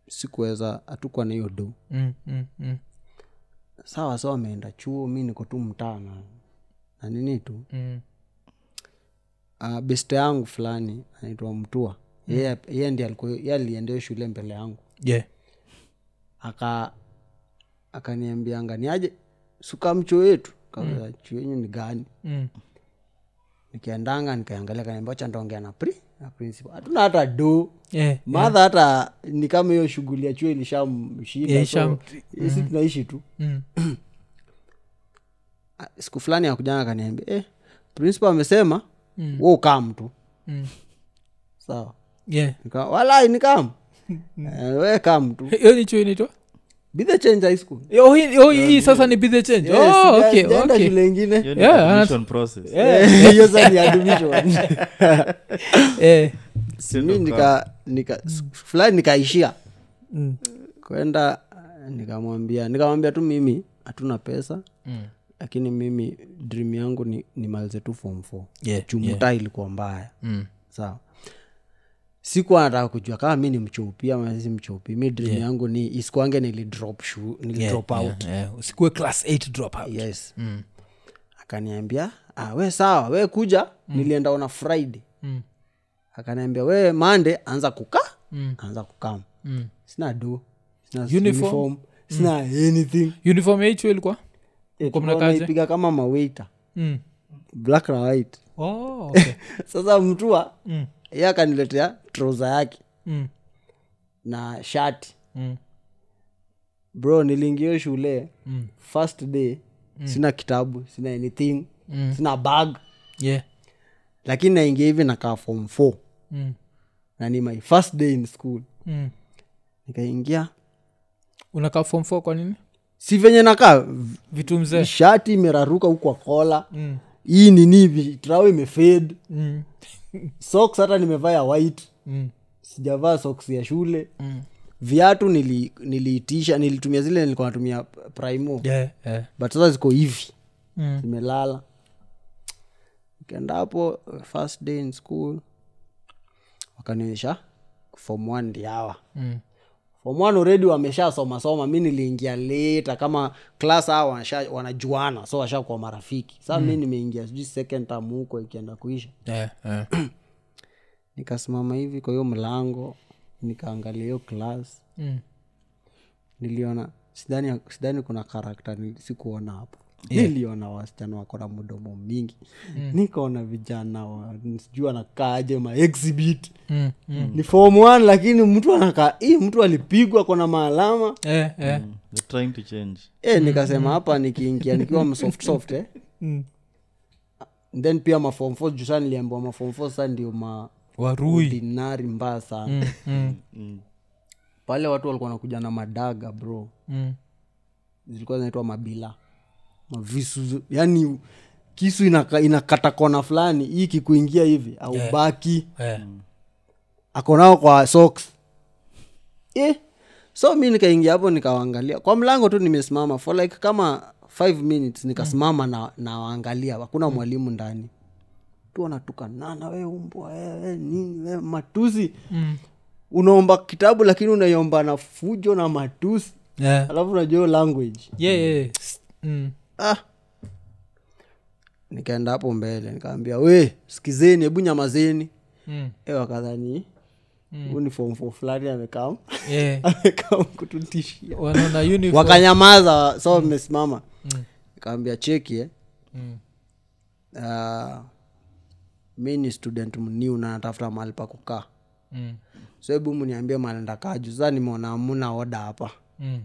S3: sikuweza hatukuwa na hiyo do
S1: Mm, mm, mm.
S3: sawa sawa ameenda chuo mi niko tu mtaa na na nini tu
S1: mm.
S3: uh, beste yangu fulani anaitwa mtua
S1: Mm.
S3: yeye yeye ndiye alikuwa- yeye alienda hiyo shule mbele yangu
S1: yeah.
S3: aka akaniambianga niaje sukamcho yetu mm. chuo yenyu ni gani
S1: mm.
S3: nikiendanga nikaangalia kaniambia wacha nitaongea na pri na principal hatuna hata do
S1: yeah.
S3: madha hata ni kama hiyo shughuli ya chuo ilishamshinda
S1: Yeah,
S3: so, sisi tunaishi tu
S1: mm.
S3: Ah, siku fulani akujanga akaniambia eh, principal amesema
S1: Mm.
S3: mm. wo ukam tu
S1: Mm.
S3: sawa
S1: yeah.
S3: Nika- walai ni kam
S1: Mm.
S3: Eh, we kam tu
S1: hiyo ni chuo inaitwa
S3: be the change high school
S1: Oh, hii- oh, hii sasa ni be the change
S3: Yes,
S1: oh,
S3: sija-
S1: okay,
S3: sijaenda
S1: okay.
S3: shule ingine
S2: Hiyo ni
S1: Yeah,
S2: admission process.
S3: Eh, hiyo sasa ni admission
S1: Eh,
S2: Sio
S3: mi
S2: ndo
S3: nika nika siku fulani nikaishia
S1: mm.
S3: kwenda eh, nikamwambia nikamwambia tu mimi hatuna pesa
S1: Mm.
S3: lakini mimi dream yangu ni, ni malize tu form four
S1: Yeah,
S3: chumuta ilikuwa mbaya
S1: Mm.
S3: sawa siku anataka kujua kama mi ni mcheupi ama si mcheupi mi dream yangu ni isikuange nilidrop shu,
S1: Eh,
S3: nilidrop out
S1: Yeah, yeah. usikuwe class 8 drop out
S3: yes
S1: Mm.
S3: akaniambia ah, we sawa we kuja nilienda ona friday
S1: Mm.
S3: akaniambia we mande anza kukaa
S1: Mm.
S3: anza kukam
S1: Mm.
S3: sina do sina
S1: Uniform. Mm.
S3: uniform sina anything
S1: uniform ya hii chuo ilikuwa Mko mnakaje?
S3: naipiga kama mawaita
S1: mm.
S3: black na white
S1: oh, okay.
S3: sasa mtua
S1: mm.
S3: ye akaniletea troza yake
S1: Mm.
S3: na shati
S1: Mm.
S3: bro niliingia shule
S1: Mm.
S3: first day sina kitabu sina anything
S1: Mm.
S3: sina bag
S1: yeah.
S3: lakini naingia hivi nakaa form four
S1: mm.
S3: na ni my first day in school
S1: mm.
S3: nikaingia
S1: unakaa form 4 kwa nini
S3: si venye nakaa v-
S1: vitu mzee
S3: shati imeraruka huko kola
S1: Eh. mm.
S3: hii nini hivi trao imefed
S1: Mm.
S3: socks hata nimevaa ya white
S1: Mm.
S3: sijavaa socks ya shule
S1: Mm.
S3: viatu nili- niliitisha nilitumia zile nilikuwa natumia primo
S1: Yeah, yeah.
S3: but sasa ziko hivi
S1: Mm.
S3: zimelala nikaenda hapo first day in school wakanionyesha form one ndi hawa
S1: Mm.
S3: form one already wameshasomasoma mi niliingia leta kama class hawa wanasha- wanajuana so washakuwa marafiki saa mi nimeingia sijui second term huko ikienda kuisha
S1: Yeah, yeah.
S3: nikasimama hivi kwa hiyo mlango nikaangalia hiyo class
S1: Mm.
S3: niliona sidhani, sidhani kuna karakta sikuona hapo yeah. niliona wasichana wako na mdomo mingi mm. nikaona vijana wa- sijui wanakaaje ma exhibit
S1: Mm. Mm.
S3: ni form one lakini mtu anakaa hii mtu alipigwa kona maalama
S1: Yeah, yeah.
S2: ka- They're trying to change.
S3: e, nikasema hapa nikiingia nikiwa msoft soft eh.
S1: Mm.
S3: then pia maform fo juu saa niliambiwa maform fo saa ndio
S1: warui
S3: maordinari mbaya sana
S1: Mm, mm,
S2: Mm.
S3: pale watu walikuwa wanakuja na madaga bro
S1: mm.
S3: zilikuwa zinaitwa mabila mavisu yani kisu inaka, inakata kona fulani hii kikuingia hivi au yeah. baki
S1: Yeah.
S3: akonao kwa socks eh. so mi nikaingia hapo nikawaangalia kwa mlango tu nimesimama for like kama five minutes nikasimama na nawaangalia hakuna mwalimu ndani tu wanatukanana we umbwa we, we, nini we matusi
S1: Mm.
S3: unaomba kitabu lakini unaiomba na fujo na matusi
S1: Yeah.
S3: alafu unajua hiyo language
S1: Yeah, yeah, yeah. S- mm.
S3: ah. nikaenda hapo mbele nikaambia we sikizeni hebu nyamazeni
S1: Mm.
S3: e wakadhani huu ni form four fulani amekam
S1: Yeah.
S3: amekam kututishia
S1: wanaona uniform.
S3: wakanyamaza so mmesimama nikaambia cheki eh.
S1: Hmm,
S3: ah, mi ni student mniu na natafuta mahali pa kukaa
S1: Mm.
S3: so hebu mniambie mahali ndakaa juu sasa nimeona hamna oda hapa
S1: Mm.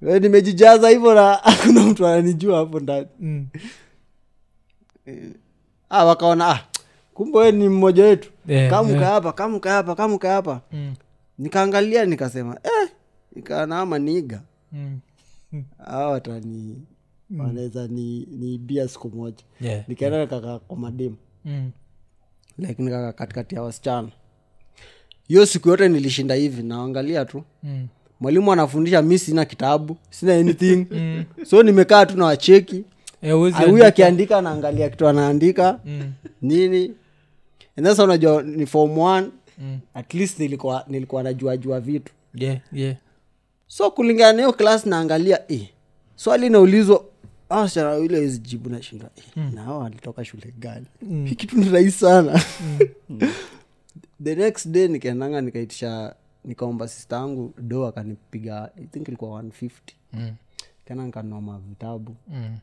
S3: We, nimejijaza hivyo na hakuna mtu ananijua hapo ndani
S1: Mm.
S3: ah, wakaona ah, kumbe we ni mmoja wetu
S1: Yeah,
S3: kamka hapa kamka hapa kamka hapa
S1: Mm.
S3: nikaangalia nikasema eh, nikaanama niga
S1: Mm.
S3: a watani wanaweza ni niibia siku moja
S1: Yeah.
S3: nikaenda nikakaa kwa mademu
S1: Mm.
S3: lakini nikakaa katikati ya wasichana hiyo siku yote nilishinda hivi naangalia tu
S1: Mm.
S3: mwalimu anafundisha mi sina kitabu sina anything
S1: Mm.
S3: so nimekaa tu na wacheki
S1: Eh, huwezi
S3: huyu akiandika anaangalia kitu anaandika
S1: Mm.
S3: nini And sasa unajua ni form one
S1: Mm.
S3: at least nilikuwa nilikuwa najua jua vitu
S1: Yeah, yeah.
S3: so kulingana na hiyo class naangalia eh, swali inaulizwa "Ah, wasichana wawili hawezi jibu nashinda mm. na hawa walitoka shule gani mm. kitu ni rahisi sana the next day nikaendanga nikaitisha nikaomba sista angu do akanipiga i think ilikuwa 150
S1: Mm.
S3: tena nikanoma vitabu
S1: Mm.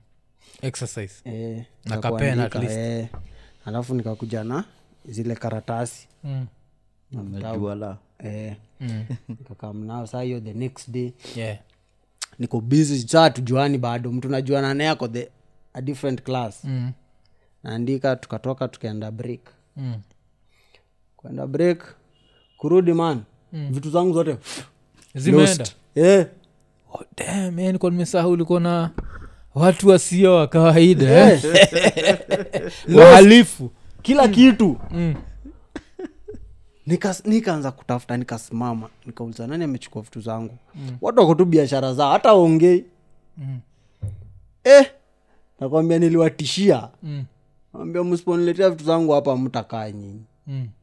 S1: exercise
S3: eh,
S1: Na
S3: za
S1: kapen at
S3: kuandika, eh. alafu nikakuja na zile karatasi
S1: mm.
S3: na vitabu
S2: najua la
S3: eh,
S1: Mm.
S3: nikakam nao saa hiyo the next day
S1: yeah.
S3: niko busy saa tujuani bado mtu najuana naye ako the a different class
S1: mm.
S3: naandika tukatoka tukaenda break
S1: Mm.
S3: kwenda break kurudi man mm. vitu zangu zote
S1: zimeenda
S3: eh,
S1: oh, damn, eh, nilikuwa nimesahau ulikuwa na watu wasio wa kawaida eh?
S3: eh,
S1: wahalifu
S3: kila kitu
S1: mm.
S3: Nika- nikaanza kutafuta nikasimama nikauliza nani amechukua vitu zangu watu wako tu biashara zao hata waongei
S1: Mm.
S3: eh, nakwambia niliwatishia
S1: Mm.
S3: ambia msiponiletea vitu zangu hapa mtakaa nyinyi
S1: Mm.